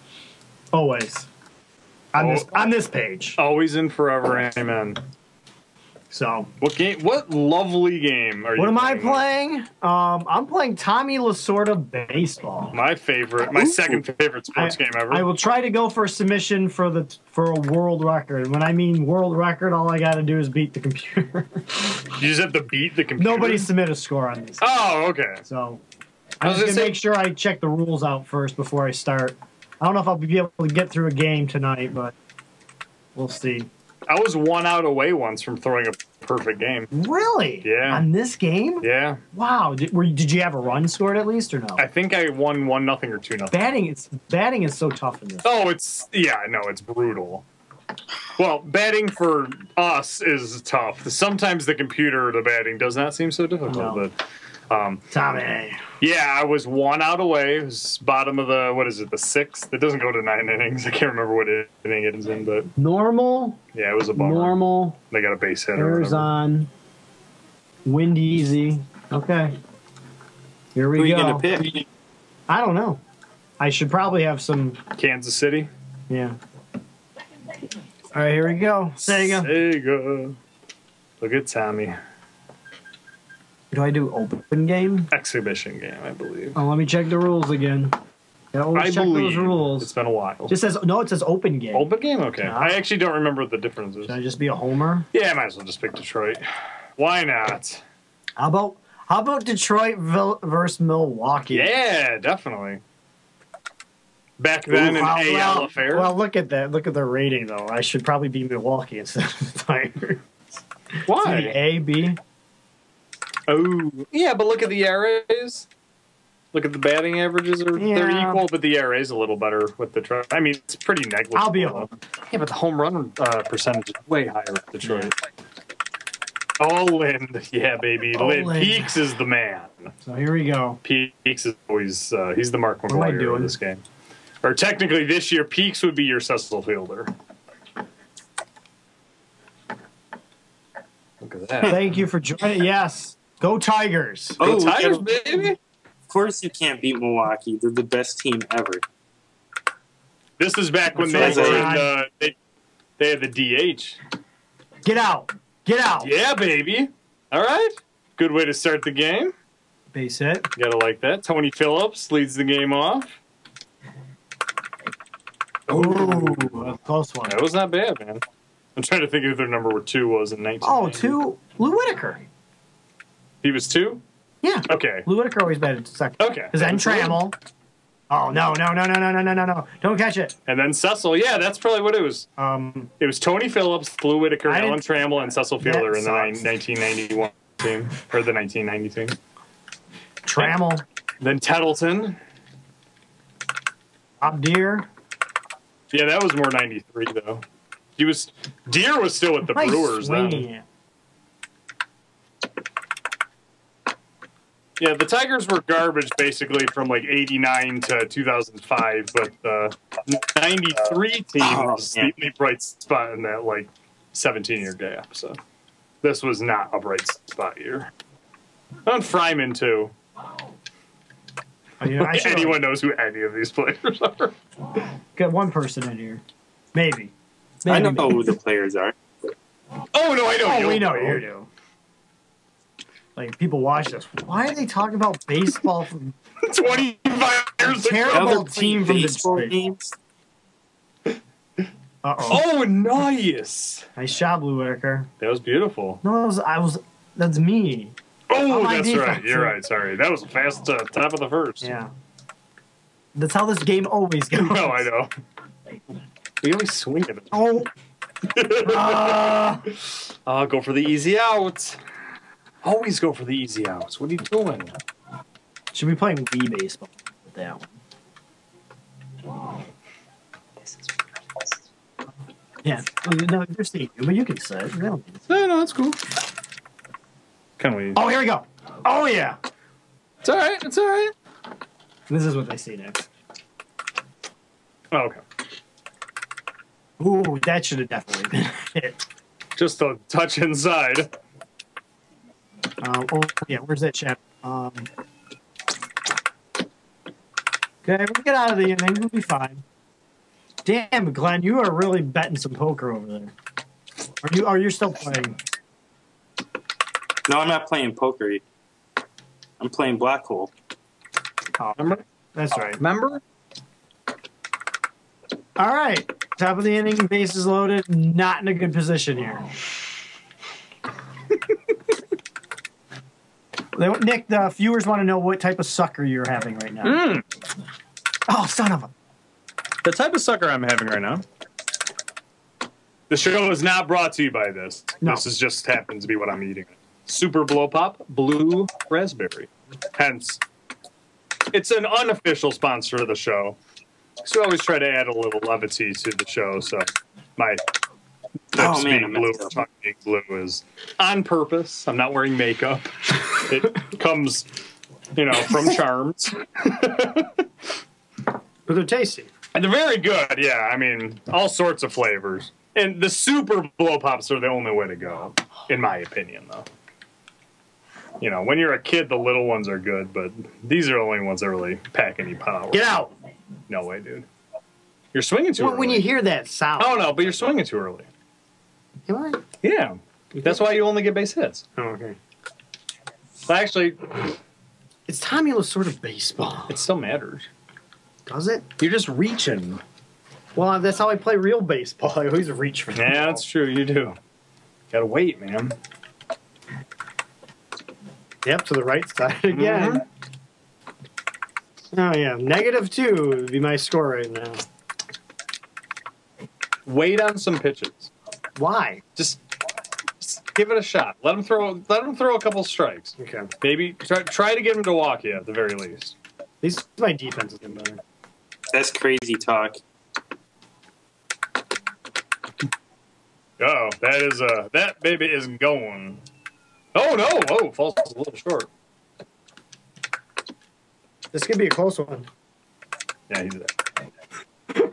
Speaker 2: Always. On this on this page.
Speaker 3: Always and forever, amen.
Speaker 2: So
Speaker 3: What game? What lovely game are you?
Speaker 2: what am I
Speaker 3: playing?
Speaker 2: playing? Um, I'm playing Tommy Lasorda baseball.
Speaker 3: My favorite, my second favorite sports game ever.
Speaker 2: I will try to go for a submission for the for a world record. When I mean world record, all I gotta do is beat the computer.
Speaker 3: you just have to beat the computer.
Speaker 2: Nobody submit a score on this.
Speaker 3: Oh, okay.
Speaker 2: So
Speaker 3: I
Speaker 2: I'm
Speaker 3: was
Speaker 2: just
Speaker 3: gonna
Speaker 2: gonna
Speaker 3: say,
Speaker 2: make sure I check the rules out first before I start. I don't know if I'll be able to get through a game tonight, but we'll see.
Speaker 3: I was one out away once from throwing a perfect game.
Speaker 2: Really?
Speaker 3: Yeah.
Speaker 2: On this game?
Speaker 3: Yeah,
Speaker 2: Wow. Did, were, you- did you have a run scored at least or no?
Speaker 3: I think I won one nothing or two nothing.
Speaker 2: batting, it's batting is so tough in this.
Speaker 3: Oh, it's yeah, no, it's brutal. Well, batting for us is tough. Sometimes the computer, the batting does not seem so difficult,
Speaker 2: No.
Speaker 3: but um,
Speaker 2: Tommy.
Speaker 3: Yeah, I was one out away. It was bottom of the what is it? The sixth. It doesn't go to nine innings. I can't remember what inning it is in, but
Speaker 2: Normal,
Speaker 3: yeah, it was a bummer.
Speaker 2: normal,
Speaker 3: They got a base hit. Or
Speaker 2: airs
Speaker 3: whatever.
Speaker 2: on, wind easy. Okay. Here we
Speaker 4: Who are you
Speaker 2: go.
Speaker 4: gonna pick?
Speaker 2: I don't know. I should probably have some.
Speaker 3: Kansas City.
Speaker 2: Yeah. All right, here we go. Sega.
Speaker 3: Sega. Look at Tommy.
Speaker 2: Do I do open game?
Speaker 3: Exhibition game, I believe.
Speaker 2: Oh, let me check the rules again. Yeah, always
Speaker 3: I
Speaker 2: check those
Speaker 3: believe
Speaker 2: rules.
Speaker 3: It's been a while.
Speaker 2: Just says no. It says open game.
Speaker 3: Open game, okay.
Speaker 2: Yeah.
Speaker 3: I actually don't remember what the difference
Speaker 2: Should I
Speaker 3: is.
Speaker 2: just be a homer?
Speaker 3: Yeah, I might as well just pick Detroit. Why not?
Speaker 2: How about how about Detroit vil- versus Milwaukee?
Speaker 3: Yeah, definitely. Back
Speaker 2: Ooh,
Speaker 3: then, an
Speaker 2: wow,
Speaker 3: AL
Speaker 2: well,
Speaker 3: affair.
Speaker 2: Well, look at that. Look at the rating though. I should probably be Milwaukee instead of the Tigers. Maybe
Speaker 3: Why?
Speaker 2: A B.
Speaker 3: Oh, yeah, but look at the ERAs. Look at the batting averages; are they're
Speaker 2: Yeah.
Speaker 3: equal, but the ERA's a little better with the. Tri- I mean, it's pretty negligible.
Speaker 2: I'll be a homer.
Speaker 3: Yeah, but the home run uh, percentage is way higher at Detroit. Oh, Lind, yeah, baby,
Speaker 2: Oh,
Speaker 3: Lind.
Speaker 2: Lind.
Speaker 3: Peaks is the man.
Speaker 2: So here we go.
Speaker 3: Peaks is always uh, he's the Mark
Speaker 2: am I
Speaker 3: McGuire
Speaker 2: doing?
Speaker 3: in this game. Or technically, this year Peaks would be your Cecil Fielder. Look at that.
Speaker 2: Thank you for joining. Yes, go Tigers.
Speaker 3: Go
Speaker 4: Oh, we
Speaker 3: Tigers,
Speaker 4: gotta-
Speaker 3: baby!
Speaker 4: Of course, you can't beat Milwaukee. They're the best team ever.
Speaker 3: This is back when they
Speaker 4: That's
Speaker 3: were in
Speaker 2: right.
Speaker 3: the, they, they had the DH.
Speaker 2: Get out. Get out.
Speaker 3: Yeah, baby. All right. Good way to start the game.
Speaker 2: Base hit.
Speaker 3: You gotta like that. Tony Phillips leads the game off.
Speaker 2: Ooh, a close one.
Speaker 3: That was not bad, man. I'm trying to think who their number two was in 19.
Speaker 2: Oh, two. Lou Whitaker.
Speaker 3: He was two.
Speaker 2: Yeah.
Speaker 3: Okay.
Speaker 2: Lou Whitaker always batted second.
Speaker 3: Okay.
Speaker 2: Because then Trammell. Oh, no, no, no, no, no, no, no, no, no. Don't catch it.
Speaker 3: And then Cecil. Yeah, that's probably what it was.
Speaker 2: Um,
Speaker 3: It was Tony Phillips, Lou Whitaker,
Speaker 2: I
Speaker 3: Alan
Speaker 2: didn't-
Speaker 3: Trammell, and Cecil
Speaker 2: That
Speaker 3: Fielder in the nine-
Speaker 2: sucks.
Speaker 3: 1991 team or the 1990 team.
Speaker 2: Trammell.
Speaker 3: Then Tettleton.
Speaker 2: Bob Deere.
Speaker 3: Yeah, that was more 93 though. He was Deer was still with the
Speaker 2: Mike
Speaker 3: Brewers then.
Speaker 2: Sweeney.
Speaker 3: Yeah, the Tigers were garbage basically from like 89 to 2005, but the 93 team
Speaker 4: Oh,
Speaker 3: was
Speaker 4: man.
Speaker 3: the only bright spot in that like 17 year gap. So this was not a bright spot year. On Fryman, too.
Speaker 2: Oh, yeah, I should
Speaker 3: Anyone knows who any of these players are.
Speaker 2: Got one person in here. Maybe.
Speaker 4: I
Speaker 2: Maybe.
Speaker 4: don't know who the players are.
Speaker 3: Oh, no, I know.
Speaker 2: Oh,
Speaker 3: you
Speaker 2: we know
Speaker 3: know.
Speaker 2: you do. Like people watch this. Why are they talking about baseball from
Speaker 3: 25 years
Speaker 2: Terrible.
Speaker 3: ago.
Speaker 4: Now they're
Speaker 2: team
Speaker 4: playing
Speaker 2: from
Speaker 4: baseball
Speaker 2: Detroit.
Speaker 4: games.
Speaker 2: Uh oh.
Speaker 3: Oh, nice.
Speaker 2: Nice job, Blue Whitaker.
Speaker 3: That was beautiful.
Speaker 2: No, that was, I was. That's me.
Speaker 3: Oh,
Speaker 2: my
Speaker 3: that's
Speaker 2: defense.
Speaker 3: right. You're right. Sorry. That was a fast uh, top of the first.
Speaker 2: Yeah. That's how this game always goes.
Speaker 3: No, I know. We always swing at it.
Speaker 2: Oh. uh,
Speaker 3: I'll go for the easy outs. Always go for the easy outs. What are you doing?
Speaker 2: should be playing Wii baseball with that one. Yeah. No, you're seeing you, but you can say it. You don't need to.
Speaker 3: No, no, that's cool. Can we?
Speaker 2: Oh, here we go. Oh yeah.
Speaker 3: It's all right. It's all right.
Speaker 2: This is what they see next.
Speaker 3: Oh, okay.
Speaker 2: Ooh, that should have definitely been it.
Speaker 3: Just a touch inside.
Speaker 2: Um, oh, yeah, where's that chap? Um, okay, we'll get out of the inning. We'll be fine. Damn, Glenn, you are really betting some poker over there. Are you? Are you still playing?
Speaker 4: No, I'm not playing poker. I'm playing black hole.
Speaker 2: Oh,
Speaker 3: Remember?
Speaker 2: that's right.
Speaker 3: Remember?
Speaker 2: All right, top of the inning, bases loaded. Not in a good position here. They- Nick, the viewers want to know what type of sucker you're having right now.
Speaker 3: Mm,
Speaker 2: Oh, son of a!
Speaker 3: the type of sucker I'm having right now. The show is not brought to you by this.
Speaker 2: No.
Speaker 3: This is just happens to be what I'm eating. Super Blow Pop Blue Raspberry. Hence, it's an unofficial sponsor of the show. So we always try to add a little levity to the show. So my
Speaker 4: Oh,
Speaker 3: lips
Speaker 4: man,
Speaker 3: being
Speaker 4: I
Speaker 3: blue
Speaker 4: messed
Speaker 3: or
Speaker 4: up.
Speaker 3: tongue being blue is on purpose. I'm not wearing makeup. It comes, you know, from charms.
Speaker 2: But they're tasty.
Speaker 3: And they're very good, yeah. I mean, all sorts of flavors. And the super blow pops are the only way to go, in my opinion, though. You know, when you're a kid, the little ones are good, but these are the only ones that really pack any power.
Speaker 2: Get out!
Speaker 3: No way, dude. You're swinging too
Speaker 2: When,
Speaker 3: early.
Speaker 2: when you hear that sound,
Speaker 3: oh, no, but you're swinging too early.
Speaker 2: Am I?
Speaker 3: Yeah. That's why you only get base hits.
Speaker 2: Oh, okay.
Speaker 3: Well, actually,
Speaker 2: It's Tommy Lasorda baseball.
Speaker 3: it still matters.
Speaker 2: Does it?
Speaker 3: You're just reaching.
Speaker 2: Well, that's how I play real baseball. I always reach for the
Speaker 3: Yeah,
Speaker 2: ball.
Speaker 3: that's true. You do. Gotta wait, man.
Speaker 2: Yep, to the right side again.
Speaker 3: Mm-hmm.
Speaker 2: Oh yeah, negative two would be my score right now.
Speaker 3: Wait on some pitches.
Speaker 2: Why?
Speaker 3: just, just give it a shot. Let him throw. Let him throw a couple strikes.
Speaker 2: Okay, at
Speaker 3: Maybe try, try to get him to walk you at the very least.
Speaker 2: least my defense is getting better.
Speaker 4: That's crazy talk.
Speaker 3: Oh, that is uh that baby is going. Oh no! Oh, falls a little short.
Speaker 2: This could be a close one.
Speaker 3: Yeah, he's there.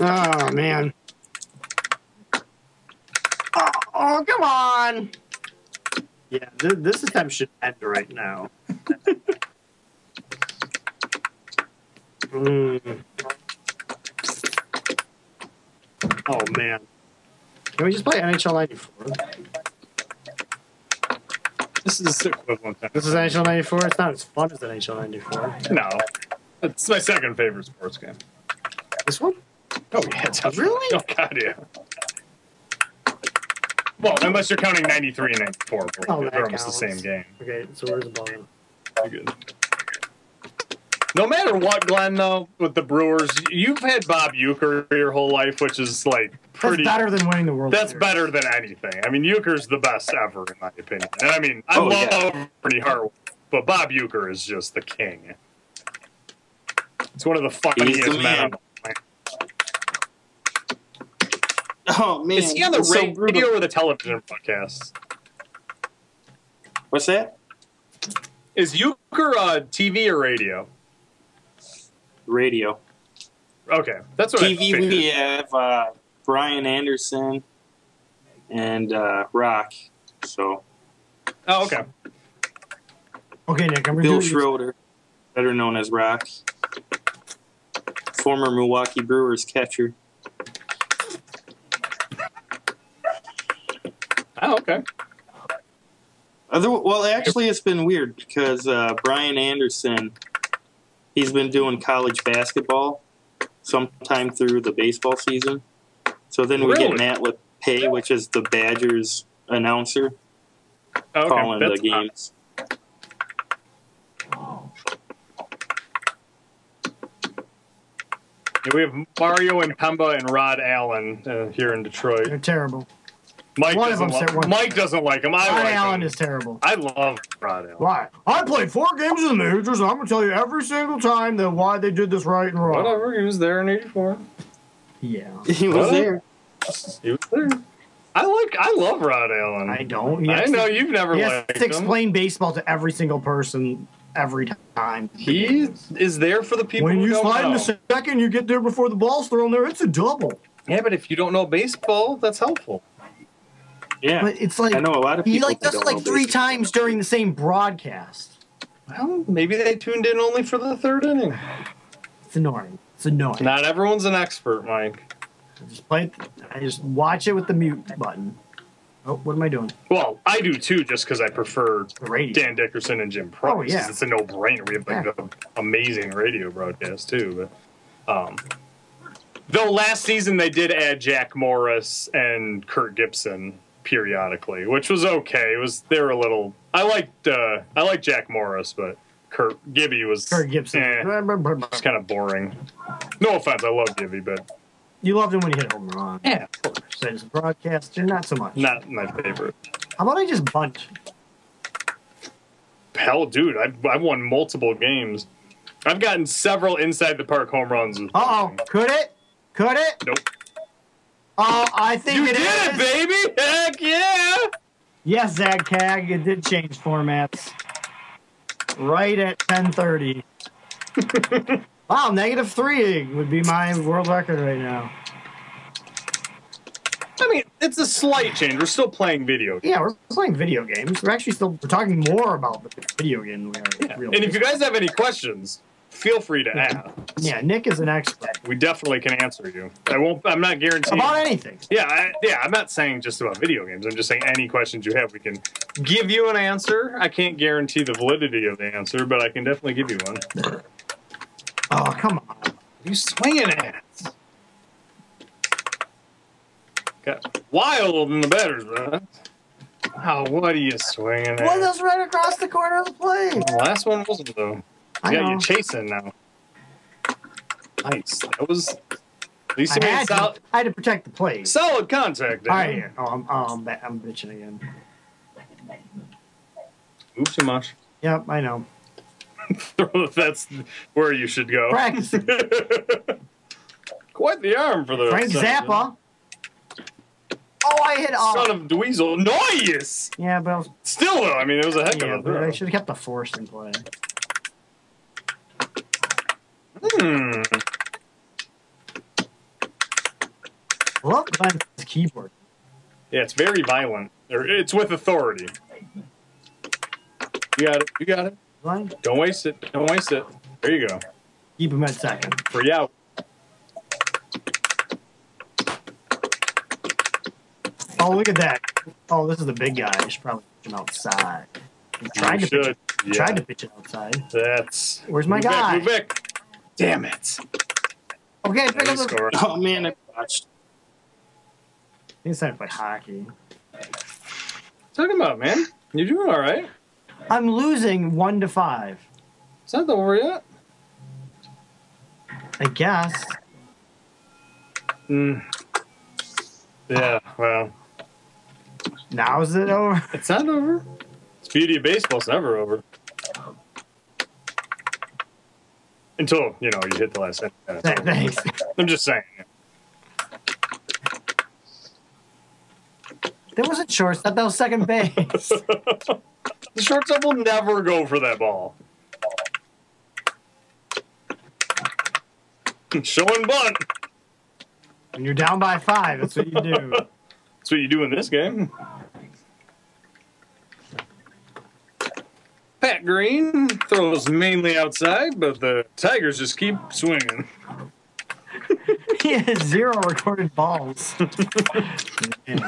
Speaker 2: Oh man. Oh, oh, come on. Yeah, th- this attempt should end right now. Mm. Oh man. Can we just play NHL 94?
Speaker 3: This is equivalent.
Speaker 2: This is NHL 94. It's not as fun as NHL 94.
Speaker 3: no. It's my second favorite sports game.
Speaker 2: This one?
Speaker 3: Oh yeah, it's
Speaker 2: Really?
Speaker 3: Oh god, yeah. Well, unless you're counting '93 and '94,
Speaker 2: Oh, that
Speaker 3: they're almost the
Speaker 2: counts.
Speaker 3: same game.
Speaker 2: Okay, so where's the ball? now?
Speaker 3: You're good. No matter what, Glenn, though, with the Brewers, you've had Bob Euchre your whole life, which is like pretty.
Speaker 2: That's better than winning the World
Speaker 3: That's
Speaker 2: Series.
Speaker 3: better than anything. I mean, Euchre's the best ever, in my opinion. And I mean, I
Speaker 4: Oh,
Speaker 3: love
Speaker 4: yeah.
Speaker 3: Bernie Hart, but Bob Euchre is just the king. It's one of the funniest
Speaker 4: the
Speaker 3: men. on
Speaker 4: man.
Speaker 3: the planet.
Speaker 4: Oh man,
Speaker 3: Is he on the
Speaker 4: it's so
Speaker 3: radio
Speaker 4: brutal.
Speaker 3: or the television broadcast?
Speaker 4: What's that?
Speaker 3: Is Euchre uh, TV or radio?
Speaker 4: Radio.
Speaker 3: Okay, that's what I
Speaker 4: TV.
Speaker 3: figured.
Speaker 4: We have uh, Brian Anderson and uh, Rock. So
Speaker 3: Oh, okay.
Speaker 2: Okay, Nick, I'm
Speaker 4: Bill
Speaker 2: gonna do
Speaker 4: Schroeder, better known as Rock, former Milwaukee Brewers catcher.
Speaker 3: Oh, okay.
Speaker 4: Other, well, actually, it's been weird because uh, Brian Anderson, he's been doing college basketball sometime through the baseball season. So then we
Speaker 3: Really?
Speaker 4: get Matt LePay, which is the Badgers announcer,
Speaker 3: Oh, okay.
Speaker 4: calling the
Speaker 3: That's-
Speaker 4: games.
Speaker 3: Yeah, we have Mario and Pemba and Rod Allen uh, here in Detroit.
Speaker 2: They're terrible.
Speaker 3: Mike
Speaker 2: One of
Speaker 3: doesn't
Speaker 2: them said
Speaker 3: like
Speaker 2: one.
Speaker 3: Mike doesn't like him. I
Speaker 2: Rod
Speaker 3: like
Speaker 2: Allen
Speaker 3: him.
Speaker 2: is terrible.
Speaker 3: I love Rod Allen.
Speaker 2: Why? I played four games in the majors. and I'm gonna tell you every single time that why they did this right and wrong.
Speaker 3: He was there in '84.
Speaker 2: Yeah.
Speaker 4: He was
Speaker 3: What?
Speaker 4: there.
Speaker 3: He was there. I like. I love Rod Allen.
Speaker 2: I
Speaker 3: I,
Speaker 2: don't. He has
Speaker 3: know
Speaker 2: to-
Speaker 3: you've never
Speaker 2: He has
Speaker 3: liked
Speaker 2: to
Speaker 3: him.
Speaker 2: explain baseball to every single person every time.
Speaker 3: He is there for the people.
Speaker 2: when
Speaker 3: who
Speaker 2: you
Speaker 3: don't
Speaker 2: slide in
Speaker 3: know.
Speaker 2: the second, you get there before the ball's thrown there. It's a double.
Speaker 3: yeah, but if you don't know baseball, that's helpful.
Speaker 4: Yeah,
Speaker 2: But it's like
Speaker 4: I know a lot of people.
Speaker 2: he like
Speaker 4: who
Speaker 2: does it
Speaker 4: don't
Speaker 2: like
Speaker 4: know
Speaker 2: three
Speaker 4: baseball.
Speaker 2: times during the same broadcast.
Speaker 3: Well, maybe they tuned in only for the third inning.
Speaker 2: It's annoying. It's annoying.
Speaker 3: Not everyone's an expert, Mike.
Speaker 2: Just play. It, I just watch it with the mute button. Oh, what am I doing?
Speaker 3: Well, I do too, just because I prefer
Speaker 2: The radio.
Speaker 3: Dan Dickerson and Jim Price.
Speaker 2: Oh, yeah.
Speaker 3: It's a no brainer. We have like
Speaker 2: Yeah.
Speaker 3: an amazing radio broadcast too. But um, though last season they did add Jack Morris and Kurt Gibson periodically, which was okay. It was they were a little. I liked uh, I liked Jack Morris, but Kurt Gibby was
Speaker 2: Kurt Gibson.
Speaker 3: Eh, it's kind of boring. No offense, I love Gibby, but
Speaker 2: You loved him when he hit a home run.
Speaker 3: yeah,
Speaker 2: But as a broadcaster, not so much.
Speaker 3: not my favorite.
Speaker 2: How about I just bunt?
Speaker 3: Hell, dude, I've, I've won multiple games. I've gotten several inside the park home runs. with
Speaker 2: Uh oh, could it? Could it?
Speaker 3: Nope.
Speaker 2: Oh, I think
Speaker 3: You
Speaker 2: it
Speaker 3: did it,
Speaker 2: is.
Speaker 3: baby! Heck yeah!
Speaker 2: Yes, Zag Cag, it did change formats. Right at 10:30. wow, negative three would be my world record right now.
Speaker 3: I mean, it's a slight change. We're still playing video. games.
Speaker 2: Yeah, we're playing video games. We're actually still we're talking more about the video game than we are real.
Speaker 3: And if you guys have any questions, feel free to ask.
Speaker 2: yeah, Nick is an expert
Speaker 3: We definitely can answer you. I won't. I'm not guaranteeing.
Speaker 2: about anything.
Speaker 3: Yeah, I, yeah. I'm not saying just about video games. I'm just saying any questions you have, we can give you an answer. I can't guarantee the validity of the answer, but I can definitely give you one.
Speaker 2: Oh, come on.
Speaker 3: You swinging at? Got wild in the batter's box. Oh, what are you swinging at?
Speaker 2: Well, that's right across the corner of the plate.
Speaker 3: The last one wasn't though.
Speaker 2: I
Speaker 3: yeah,
Speaker 2: know.
Speaker 3: you're chasing now. Nice. That was at least you
Speaker 2: I
Speaker 3: made
Speaker 2: had, to,
Speaker 3: sol-
Speaker 2: I had to protect the plate.
Speaker 3: solid contact. There.
Speaker 2: All right, here. Oh, I'm, oh, I'm, ba- I'm bitching again.
Speaker 3: Move too much.
Speaker 2: Yep, I know.
Speaker 3: That's where you should go.
Speaker 2: Practice.
Speaker 3: Quite the arm for the
Speaker 2: Frank
Speaker 3: son of a-
Speaker 2: Zappa. Oh, I hit off.
Speaker 3: Son of Dweezil. Noise.
Speaker 2: yeah, but, I, was,
Speaker 3: Still though, I mean, it was a heck
Speaker 2: yeah,
Speaker 3: of a
Speaker 2: but
Speaker 3: throw.
Speaker 2: I should have kept the force in play.
Speaker 3: Hmm.
Speaker 2: Love Glenn's keyboard.
Speaker 3: Yeah, it's very violent. Or It's with authority. You got it. You got it.
Speaker 2: Glenn,
Speaker 3: Don't waste it. Don't waste it. There you go.
Speaker 2: keep him at second.
Speaker 3: Free out.
Speaker 2: Oh, look at that. Oh, this is the big guy. He's probably pitching outside. He tried
Speaker 3: You
Speaker 2: to pitch,
Speaker 3: should.
Speaker 2: he tried to pitch it outside.
Speaker 3: That's.
Speaker 2: Where's my
Speaker 3: Move
Speaker 2: guy?
Speaker 3: Back, move back. Damn it.
Speaker 2: Okay, pick
Speaker 3: He
Speaker 2: up the.
Speaker 3: scored.
Speaker 4: Oh man, I watched.
Speaker 2: He decided to play hockey.
Speaker 3: Talking about man, you're doing all right.
Speaker 2: I'm losing one to five.
Speaker 3: It's not over yet.
Speaker 2: I guess.
Speaker 3: Mm. Yeah. Well,
Speaker 2: Now is it over?
Speaker 3: it's not over. It's beauty of baseball. It's never over. Until you know you hit the last. inning. Yeah, it's over.
Speaker 2: Thanks.
Speaker 3: I'm just saying.
Speaker 2: There wasn't shortstop. That was second base.
Speaker 3: the shortstop will never go for that ball. Showing bunt.
Speaker 2: When you're down by five, that's what you do.
Speaker 3: That's what you do in this game. Pat Green throws mainly outside, but the Tigers just keep swinging.
Speaker 2: he has zero recorded balls. Man,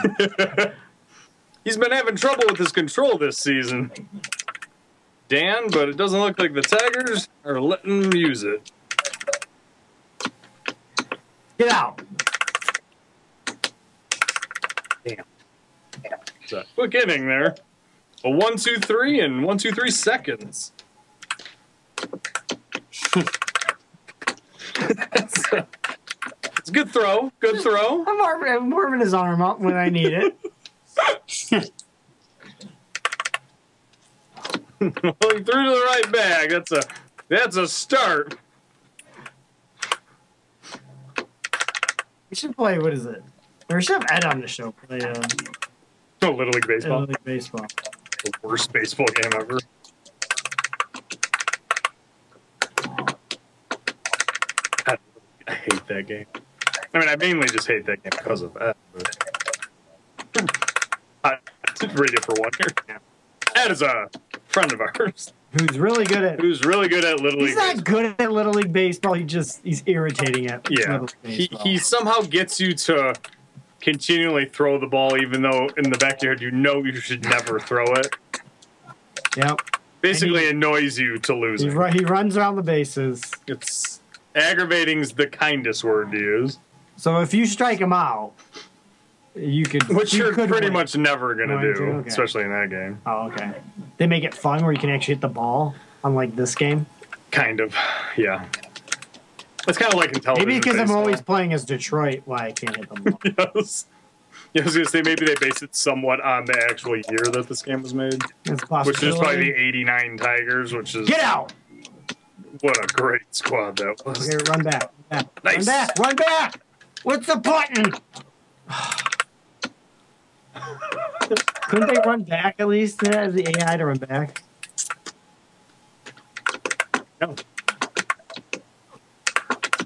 Speaker 3: He's been having trouble with his control this season. Dan, but it doesn't look like the Tigers are letting him use it.
Speaker 2: Get out.
Speaker 3: So, quick inning there. A one, two, three, and one, two, three seconds. That's a- it's a good throw. Good throw.
Speaker 2: I'm, ar- I'm warming his arm up when I need it.
Speaker 3: well, he threw to the right bag. That's a that's a start.
Speaker 2: We should play, what is it? Or we should have Ed on the show play uh,
Speaker 3: Oh, Little League
Speaker 2: Little
Speaker 3: baseball,
Speaker 2: League baseball.
Speaker 3: the worst baseball game ever. I, I hate that game. I mean, I mainly just hate that game because of that. But I did read it for one year. That is a friend of ours
Speaker 2: Who's really good at.
Speaker 3: who's really good at Little
Speaker 2: He's
Speaker 3: League.
Speaker 2: not good at Little League baseball. He just he's irritating at
Speaker 3: Yeah,
Speaker 2: Little League
Speaker 3: he,
Speaker 2: baseball.
Speaker 3: he somehow gets you to continually throw the ball, even though in the back of your head you know you should never throw it.
Speaker 2: yep.
Speaker 3: Basically, annoys you to lose
Speaker 2: He,
Speaker 3: it.
Speaker 2: ru- he runs around the bases.
Speaker 3: It's aggravating's the kindest word to use,
Speaker 2: So if you strike him out, you could.
Speaker 3: which
Speaker 2: you
Speaker 3: you are
Speaker 2: could
Speaker 3: pretty
Speaker 2: win.
Speaker 3: much never gonna
Speaker 2: Going
Speaker 3: do,
Speaker 2: to, okay.
Speaker 3: especially in that game.
Speaker 2: Oh, okay. They make it fun where you can actually hit the ball, unlike this game.
Speaker 3: Kind of, yeah. It's kind of like in television.
Speaker 2: Maybe because I'm
Speaker 3: baseball.
Speaker 2: always playing as Detroit, why I can't hit the ball.
Speaker 3: Yes. Yeah, I was gonna say maybe they base it somewhat on the actual year that this game was made,
Speaker 2: It's
Speaker 3: which is probably
Speaker 2: possibility.
Speaker 3: the '89 Tigers, which is
Speaker 2: Get out!
Speaker 3: what a great squad that was.
Speaker 2: Okay, run back. Run back.
Speaker 3: Nice.
Speaker 2: Run back. Run back. What's the button? Couldn't they run back at least? They have the AI to run back.
Speaker 3: No.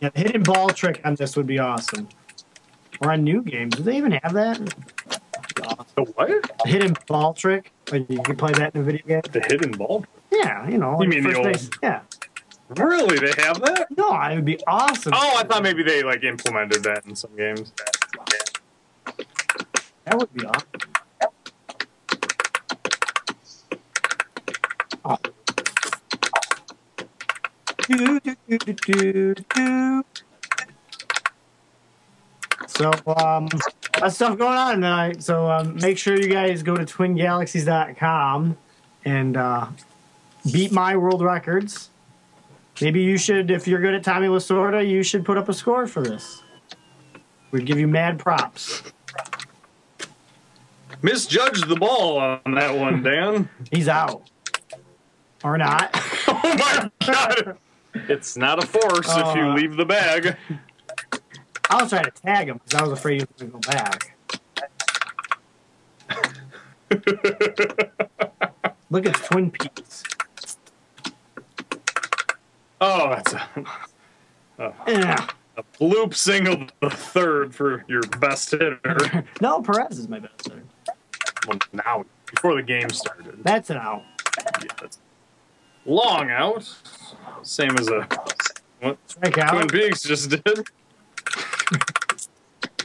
Speaker 2: Yeah, the hidden ball trick on this would be awesome. Or on new games. Do they even have that?
Speaker 3: The what?
Speaker 2: The hidden ball trick? Like you could play that in a video game?
Speaker 3: The hidden ball?
Speaker 2: Yeah, you know.
Speaker 3: You
Speaker 2: like
Speaker 3: mean the
Speaker 2: first
Speaker 3: old-
Speaker 2: base- Yeah.
Speaker 3: Really? They have that?
Speaker 2: No, it would be awesome.
Speaker 3: Oh, I thought maybe they like implemented that in some games.
Speaker 2: That would be awesome. Oh. Do, do, do, do, do, do. So, um, that's stuff going on tonight. So, um, make sure you guys go to twingalaxies.com and uh, beat my world records. Maybe you should, if you're good at Tommy Lasorda, you should put up a score for this. We'd give you mad props.
Speaker 3: Misjudged the ball on that one, Dan.
Speaker 2: He's out. Or not.
Speaker 3: oh my god! It's not a force if you
Speaker 2: Uh.
Speaker 3: leave the bag.
Speaker 2: I was trying to tag him because I was afraid he was going to go back. Look at Twin Peaks.
Speaker 3: oh, that's a,
Speaker 2: Eh,
Speaker 3: Loop single the third for your best hitter.
Speaker 2: no, Perez is my best hitter.
Speaker 3: Well, now, before the game started.
Speaker 2: That's an out.
Speaker 3: Yeah, that's long out. Same as a what Twin
Speaker 2: Strikeout.
Speaker 3: Peaks just did.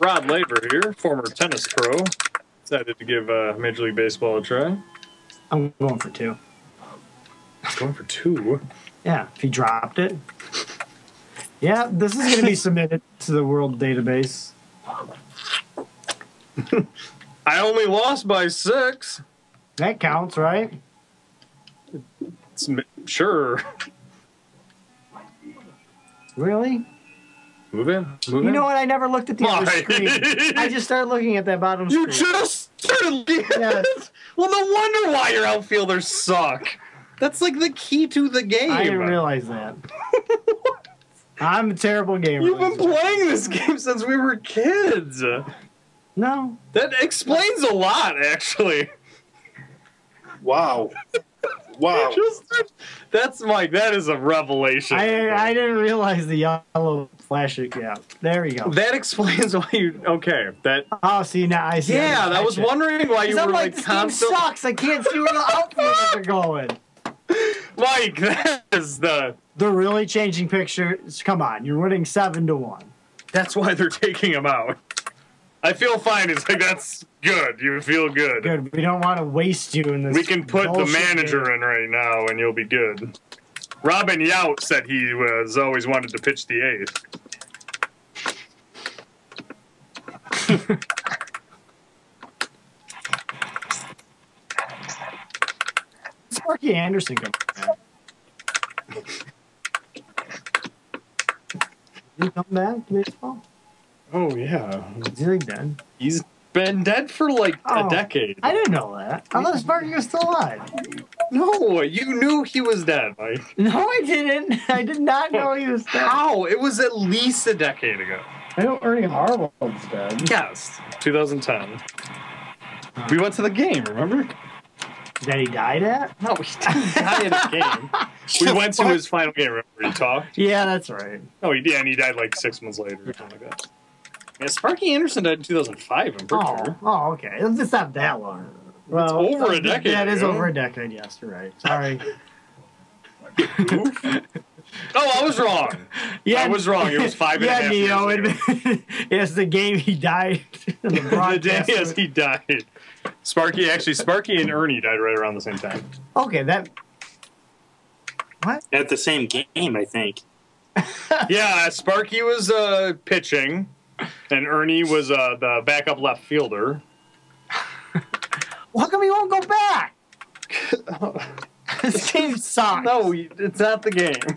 Speaker 3: Rod Labor here, former tennis pro, decided to give uh, Major League Baseball a try.
Speaker 2: I'm going for two.
Speaker 3: Going for two.
Speaker 2: Yeah, if he dropped it. Yeah, this is going to be submitted to the world database.
Speaker 3: I only lost by six.
Speaker 2: That counts, right?
Speaker 3: It's m- Sure.
Speaker 2: Really?
Speaker 3: Move in. Move
Speaker 2: You
Speaker 3: in.
Speaker 2: know what? I never looked at the other
Speaker 3: Why?
Speaker 2: screen. I just started looking at that bottom
Speaker 3: You
Speaker 2: screen.
Speaker 3: just started.
Speaker 2: Yeah.
Speaker 3: Well, no wonder why your outfielders suck. That's like the key to the game.
Speaker 2: I didn't realize that. I'm a terrible gamer.
Speaker 3: You've been playing this game since we were kids. That
Speaker 2: no,
Speaker 3: explains a lot, actually.
Speaker 4: Wow. Wow.
Speaker 3: Just- that's Mike. That is a revelation.
Speaker 2: I I didn't realize the yellow flashing. Yeah, there we go.
Speaker 3: that explains why you. Okay. That.
Speaker 2: Oh, see now I see.
Speaker 3: Yeah,
Speaker 2: I
Speaker 3: I was
Speaker 2: gotcha.
Speaker 3: wondering why you
Speaker 2: 'Cause
Speaker 3: were
Speaker 2: I'm
Speaker 3: like,
Speaker 2: like, this
Speaker 3: constant-
Speaker 2: game sucks. I can't see where the outfielders are going.
Speaker 3: Mike, that is the.
Speaker 2: They're really changing pictures. Come on, you're winning seven to one.
Speaker 3: That's why they're taking him out. I feel fine. It's like that's good. You feel good.
Speaker 2: Good. We don't want to waste you in this.
Speaker 3: We can put the
Speaker 2: bullshit
Speaker 3: manager
Speaker 2: game.
Speaker 3: in right now, and you'll be good. Robin Yount said he was always wanted to pitch the eighth.
Speaker 2: It's Marky Anderson. coming back. Did he come back to baseball?
Speaker 3: Oh yeah,
Speaker 2: Is he like dead?
Speaker 3: he's been dead for like
Speaker 2: Oh.
Speaker 3: a decade.
Speaker 2: I didn't know that. I thought Sparky was still alive.
Speaker 3: No, you knew he was dead. Like
Speaker 2: No, I didn't. I did not know he was dead.
Speaker 3: how? It was at least a decade ago.
Speaker 2: I know Ernie Harwell's dead.
Speaker 3: Yes, 2010. We went to the game. Remember?
Speaker 2: That he died at?
Speaker 3: No, we didn't die at a game. We went to his final game. Remember, he talked.
Speaker 2: Yeah, that's right.
Speaker 3: Oh, he, yeah, and he died like six months later or something like that. Yeah, Sparky Anderson died in 2005, I'm pretty
Speaker 2: Oh,
Speaker 3: sure.
Speaker 2: oh, okay. It's not that long. ago. Well,
Speaker 3: It's over a
Speaker 2: that-
Speaker 3: decade
Speaker 2: That is
Speaker 3: ago.
Speaker 2: over a decade. Yes, you're right. Sorry.
Speaker 3: Oh, I was wrong. I was wrong. It was five and a
Speaker 2: yeah,
Speaker 3: half
Speaker 2: Neo.
Speaker 3: years ago.
Speaker 2: it- yes, the game he died. in the
Speaker 3: the day
Speaker 2: broadcast.
Speaker 3: yes, he died. Sparky, actually, Sparky and Ernie died right around the same time.
Speaker 2: Okay, that.
Speaker 4: At the same game, I think.
Speaker 3: Yeah, Sparky was uh, pitching, and Ernie was uh, the backup left fielder.
Speaker 2: How come he won't go back? this game sucks.
Speaker 3: it's not the game.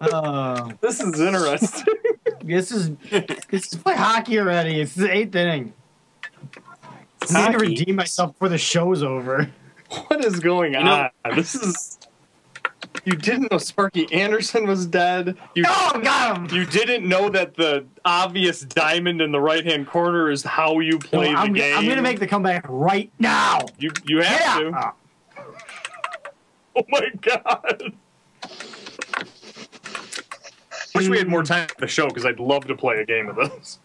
Speaker 2: Oh.
Speaker 3: This is interesting.
Speaker 2: This is this is play hockey already. It's the eighth inning. I need to
Speaker 4: Hockey?
Speaker 2: redeem myself before the show's over.
Speaker 3: what is going on?
Speaker 4: know-
Speaker 3: this is. You didn't know Sparky Anderson was dead. You
Speaker 2: Oh, got him.
Speaker 3: You didn't know that the obvious diamond in the right hand corner is how you
Speaker 2: No,
Speaker 3: play the
Speaker 2: I'm,
Speaker 3: game.
Speaker 2: I'm gonna make the comeback right now.
Speaker 3: you. You have to.
Speaker 2: Yeah.
Speaker 3: Oh my god. Wish we had more time for the show because I'd love to play a game of this.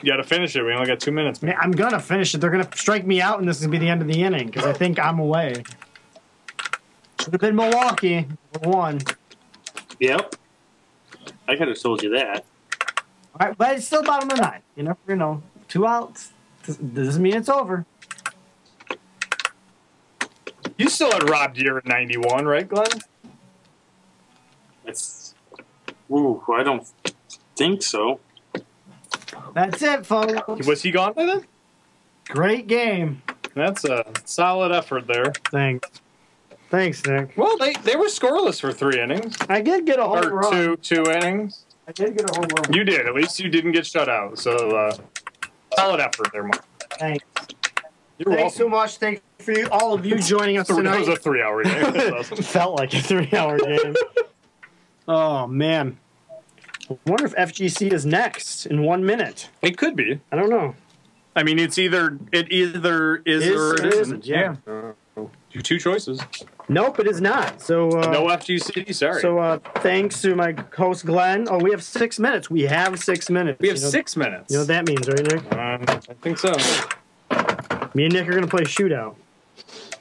Speaker 3: You got to finish it. We only got two minutes.
Speaker 2: Man, I'm gonna finish it. They're gonna strike me out, and this is gonna be the end of the inning because I think I'm away. Should have been Milwaukee for one.
Speaker 4: Yep. I could have told you that.
Speaker 2: All right, but it's still bottom of the nine. You never know. Two outs Does- doesn't mean it's over.
Speaker 3: You still had Rob Deere in '91, right, Glenn?
Speaker 4: That's. Ooh, I don't think so.
Speaker 2: That's it, folks.
Speaker 3: Was he gone by then?
Speaker 2: Great game.
Speaker 3: That's a solid effort there.
Speaker 2: Thanks. Thanks, Nick.
Speaker 3: Well, they they were scoreless for three innings
Speaker 2: I did get a home
Speaker 3: or
Speaker 2: run.
Speaker 3: two two innings.
Speaker 2: I did get a home run.
Speaker 3: You did. At least you didn't get shut out. So uh, solid effort there, Mark.
Speaker 2: Thanks.
Speaker 3: You're
Speaker 2: Thanks so
Speaker 3: welcome.
Speaker 2: much. Thank for you, all of you joining us
Speaker 3: that was a
Speaker 2: tonight.
Speaker 3: three-hour game. That's awesome.
Speaker 2: Felt like a three-hour game. oh man. I wonder if FGC is next in one minute.
Speaker 3: It could be.
Speaker 2: I don't know.
Speaker 3: I mean, it's either it either is, or it isn't.
Speaker 2: yeah.
Speaker 3: Your two choices.
Speaker 2: Nope, it is not. So uh,
Speaker 3: no FGC. Sorry.
Speaker 2: So uh, thanks to my host Glenn. Oh, we have six minutes. We have six minutes.
Speaker 3: we have
Speaker 2: You know-
Speaker 3: six minutes.
Speaker 2: You know what that means, right, Nick?
Speaker 3: um, I think so.
Speaker 2: Me and Nick are gonna play shootout.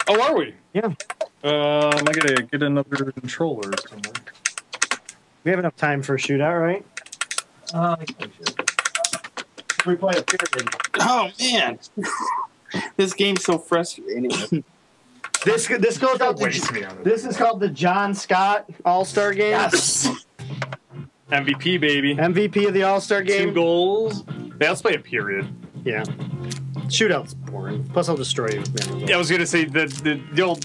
Speaker 3: Oh, are we?
Speaker 2: Yeah,
Speaker 3: Um, I gotta get another controller somewhere.
Speaker 2: we have enough time for a shootout, right? We play a period.
Speaker 4: Oh man, this game's so frustrating.
Speaker 2: This this goes out.
Speaker 3: Waste
Speaker 2: To,
Speaker 3: me on it.
Speaker 2: this is called the John Scott All Star Game.
Speaker 3: MVP baby.
Speaker 2: MVP of the All Star
Speaker 3: Two
Speaker 2: Game.
Speaker 3: goals. Yeah, let's play a period.
Speaker 2: Yeah. Shootout's boring. Plus, I'll destroy you.
Speaker 3: Yeah, I was gonna say that the, you'll.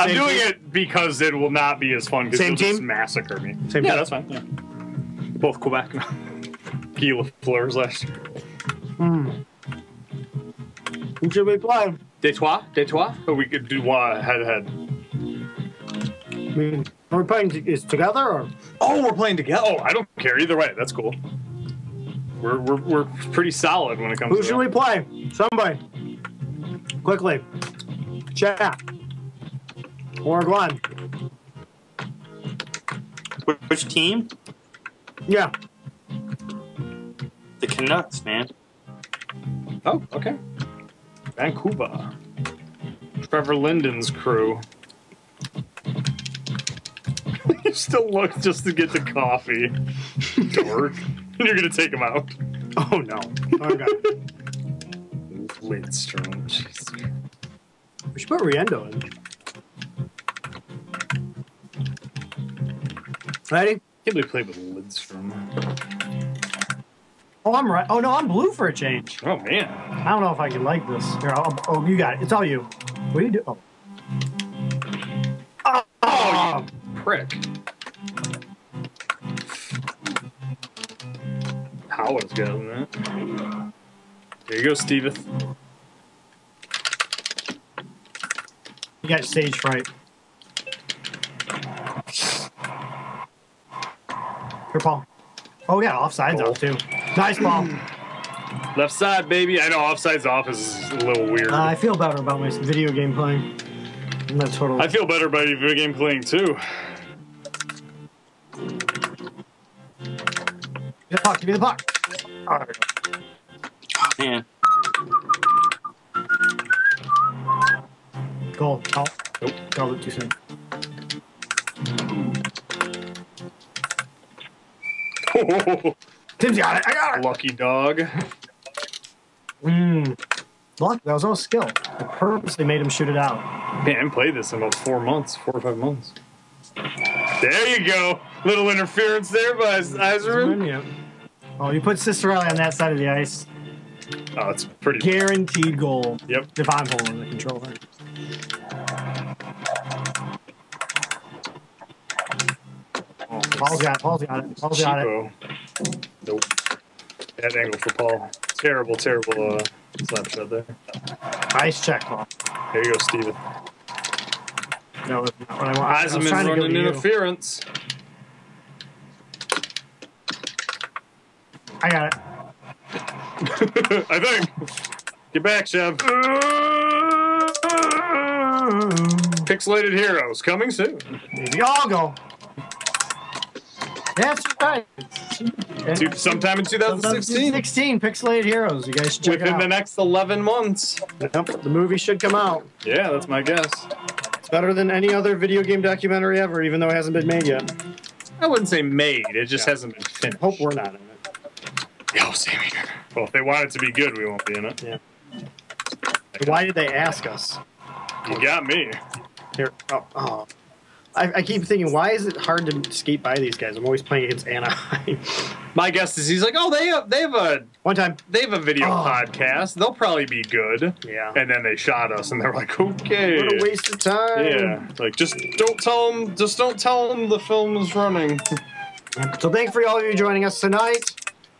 Speaker 3: I'm
Speaker 2: Same
Speaker 3: doing
Speaker 2: team?
Speaker 3: it because it will not be as fun. 'cause
Speaker 2: Same
Speaker 3: you'll Just
Speaker 2: team?
Speaker 3: massacre me.
Speaker 2: Same
Speaker 3: yeah,
Speaker 2: team?
Speaker 3: that's fine. Yeah. Both Quebec. Gila Fleurs last year.
Speaker 2: Who should we play?
Speaker 3: Detroit, Detroit. Or Oh, we could do one head to head.
Speaker 2: I mean, are we playing t- is together or?
Speaker 3: Oh, we're playing together. Oh, I don't care either way. That's cool. We're we're, we're pretty solid when it comes.
Speaker 2: Who
Speaker 3: to
Speaker 2: should we
Speaker 3: that.
Speaker 2: play? Somebody. Quickly. Chat. Or go on.
Speaker 4: Which team?
Speaker 2: Yeah.
Speaker 4: The Canucks, man.
Speaker 3: Oh, okay. Vancouver. Trevor Linden's crew. you still look just to get the coffee. Dork. You're gonna take him out.
Speaker 2: Oh no. Oh god.
Speaker 3: Lindstrom. Jeez.
Speaker 2: we should put Riendo in. Ready?
Speaker 3: Can't believe we played with Lindstrom.
Speaker 2: Oh, I'm right. Oh no, I'm blue for a change.
Speaker 3: Oh man.
Speaker 2: I don't know if I can like this. Here, I'll, oh, you got it. It's all you. What do you do? Oh.
Speaker 3: Oh, you prick. Howard's getting that. There you go, Steveth.
Speaker 2: You got stage fright. Here, Paul. Oh yeah, offsides
Speaker 3: Goal.
Speaker 2: off too. Nice ball.
Speaker 3: Left side, baby. I know offside's off is a little weird.
Speaker 2: Uh, I feel better about my video game playing. I'm not totally.
Speaker 3: I feel better about your video game playing too.
Speaker 2: Give me the puck. Give me the puck. All right.
Speaker 4: Man,
Speaker 2: Goal. Paul.
Speaker 3: Nope.
Speaker 2: Called it too soon. Tim's got it. I got it.
Speaker 3: Lucky dog.
Speaker 2: Mmm.
Speaker 3: Mm.
Speaker 2: Luck. That was all skill. I purposely made him shoot it out.
Speaker 3: Man, I haven't played this in about four months, four or five months. There you go. Little interference there by Izerman.
Speaker 2: Yeah. Oh, you put Cicerelli on that side of the ice.
Speaker 3: Oh, it's pretty.
Speaker 2: Guaranteed goal.
Speaker 3: Yep.
Speaker 2: If I'm holding the controller. Paul's got it. Paul's got it. Paul's got it.
Speaker 3: cheapo. Nope. Bad angle for Paul. Terrible, terrible uh, slap shot there.
Speaker 2: Nice check, Paul.
Speaker 3: There you go, Steven.
Speaker 2: That was not what I wanted. I was
Speaker 3: Eisenman's
Speaker 2: trying to go
Speaker 3: running
Speaker 2: to you.
Speaker 3: interference.
Speaker 2: I got it.
Speaker 3: I think. Get back, Chev. Pixelated Heroes coming soon.
Speaker 2: Maybe I'll go. That's right.
Speaker 3: Two- Sometime in 2016.
Speaker 2: 16 Pixelated Heroes. You guys should check
Speaker 3: Within
Speaker 2: it
Speaker 3: the
Speaker 2: out.
Speaker 3: next 11 months.
Speaker 2: Yep, the movie should come out.
Speaker 3: Yeah, that's my guess.
Speaker 2: It's better than any other video game documentary ever, even though it hasn't been made yet.
Speaker 3: I wouldn't say made. It just hasn't been finished.
Speaker 2: Hope we're not in it.
Speaker 3: Yo, Sammy. Well, if they want it to be good, we won't be in it.
Speaker 2: Why did they ask us?
Speaker 3: You got me.
Speaker 2: Here, oh, oh. I, I keep thinking, why is it hard to skate by these guys? I'm always playing against Anaheim.
Speaker 3: My guess is he's like, oh, they have, they have a
Speaker 2: One time,
Speaker 3: they have a video
Speaker 2: Oh.
Speaker 3: podcast. They'll probably be good.
Speaker 2: yeah,
Speaker 3: And then they shot us, and they're like, okay.
Speaker 2: what a waste of time.
Speaker 3: Yeah, like just don't tell them. Just don't tell them the film is running.
Speaker 2: So thank for all of you joining us tonight.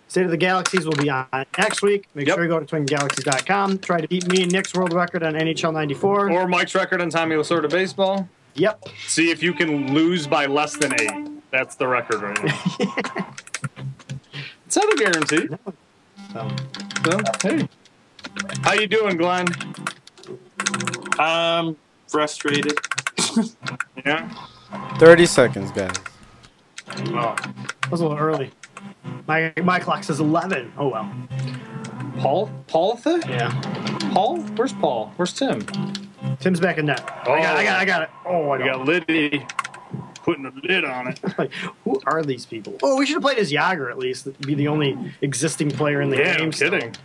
Speaker 2: State of the Galaxies will be on next week. Make
Speaker 3: Yep.
Speaker 2: sure you go to twingalaxies.com. Try to beat me and Nick's world record on NHL 94.
Speaker 3: Or Mike's record on Tommy Lasorda baseball.
Speaker 2: yep.
Speaker 3: See if you can lose by less than eight. That's the record right now. it's not a guarantee.
Speaker 2: So,
Speaker 3: So, hey, how you doing, Glenn?
Speaker 4: um, frustrated.
Speaker 3: Yeah.
Speaker 5: 30 seconds, guys.
Speaker 3: Oh.
Speaker 2: That was a little early. My my clock says eleven. Oh well.
Speaker 3: Paul? Paul?
Speaker 2: Yeah.
Speaker 3: Paul? Where's Paul? Where's Tim?
Speaker 2: Tim's back in net. I, got, I got I got it. Oh, I
Speaker 3: We
Speaker 2: got
Speaker 3: got Liddy putting a lid on it.
Speaker 2: it. Who are these people? Oh, we should have played as Yager at least. That'd be the only existing player in the
Speaker 3: Yeah,
Speaker 2: game.
Speaker 3: I'm
Speaker 2: still.
Speaker 3: kidding.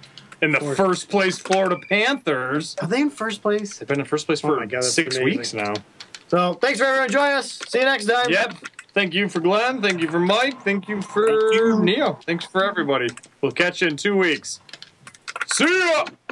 Speaker 3: In the
Speaker 2: Fourth.
Speaker 3: first place Florida Panthers.
Speaker 2: Are they in first place?
Speaker 3: They've been in first place
Speaker 2: Oh
Speaker 3: for
Speaker 2: my God, that's
Speaker 3: six
Speaker 2: amazing.
Speaker 3: weeks now.
Speaker 2: So thanks for everyone joining us. See you next time.
Speaker 3: Yep. Thank you for Glenn. Thank you for Mike. Thank you for
Speaker 4: Thank you.
Speaker 3: Neil. Thanks for everybody. We'll catch you in two weeks. See ya!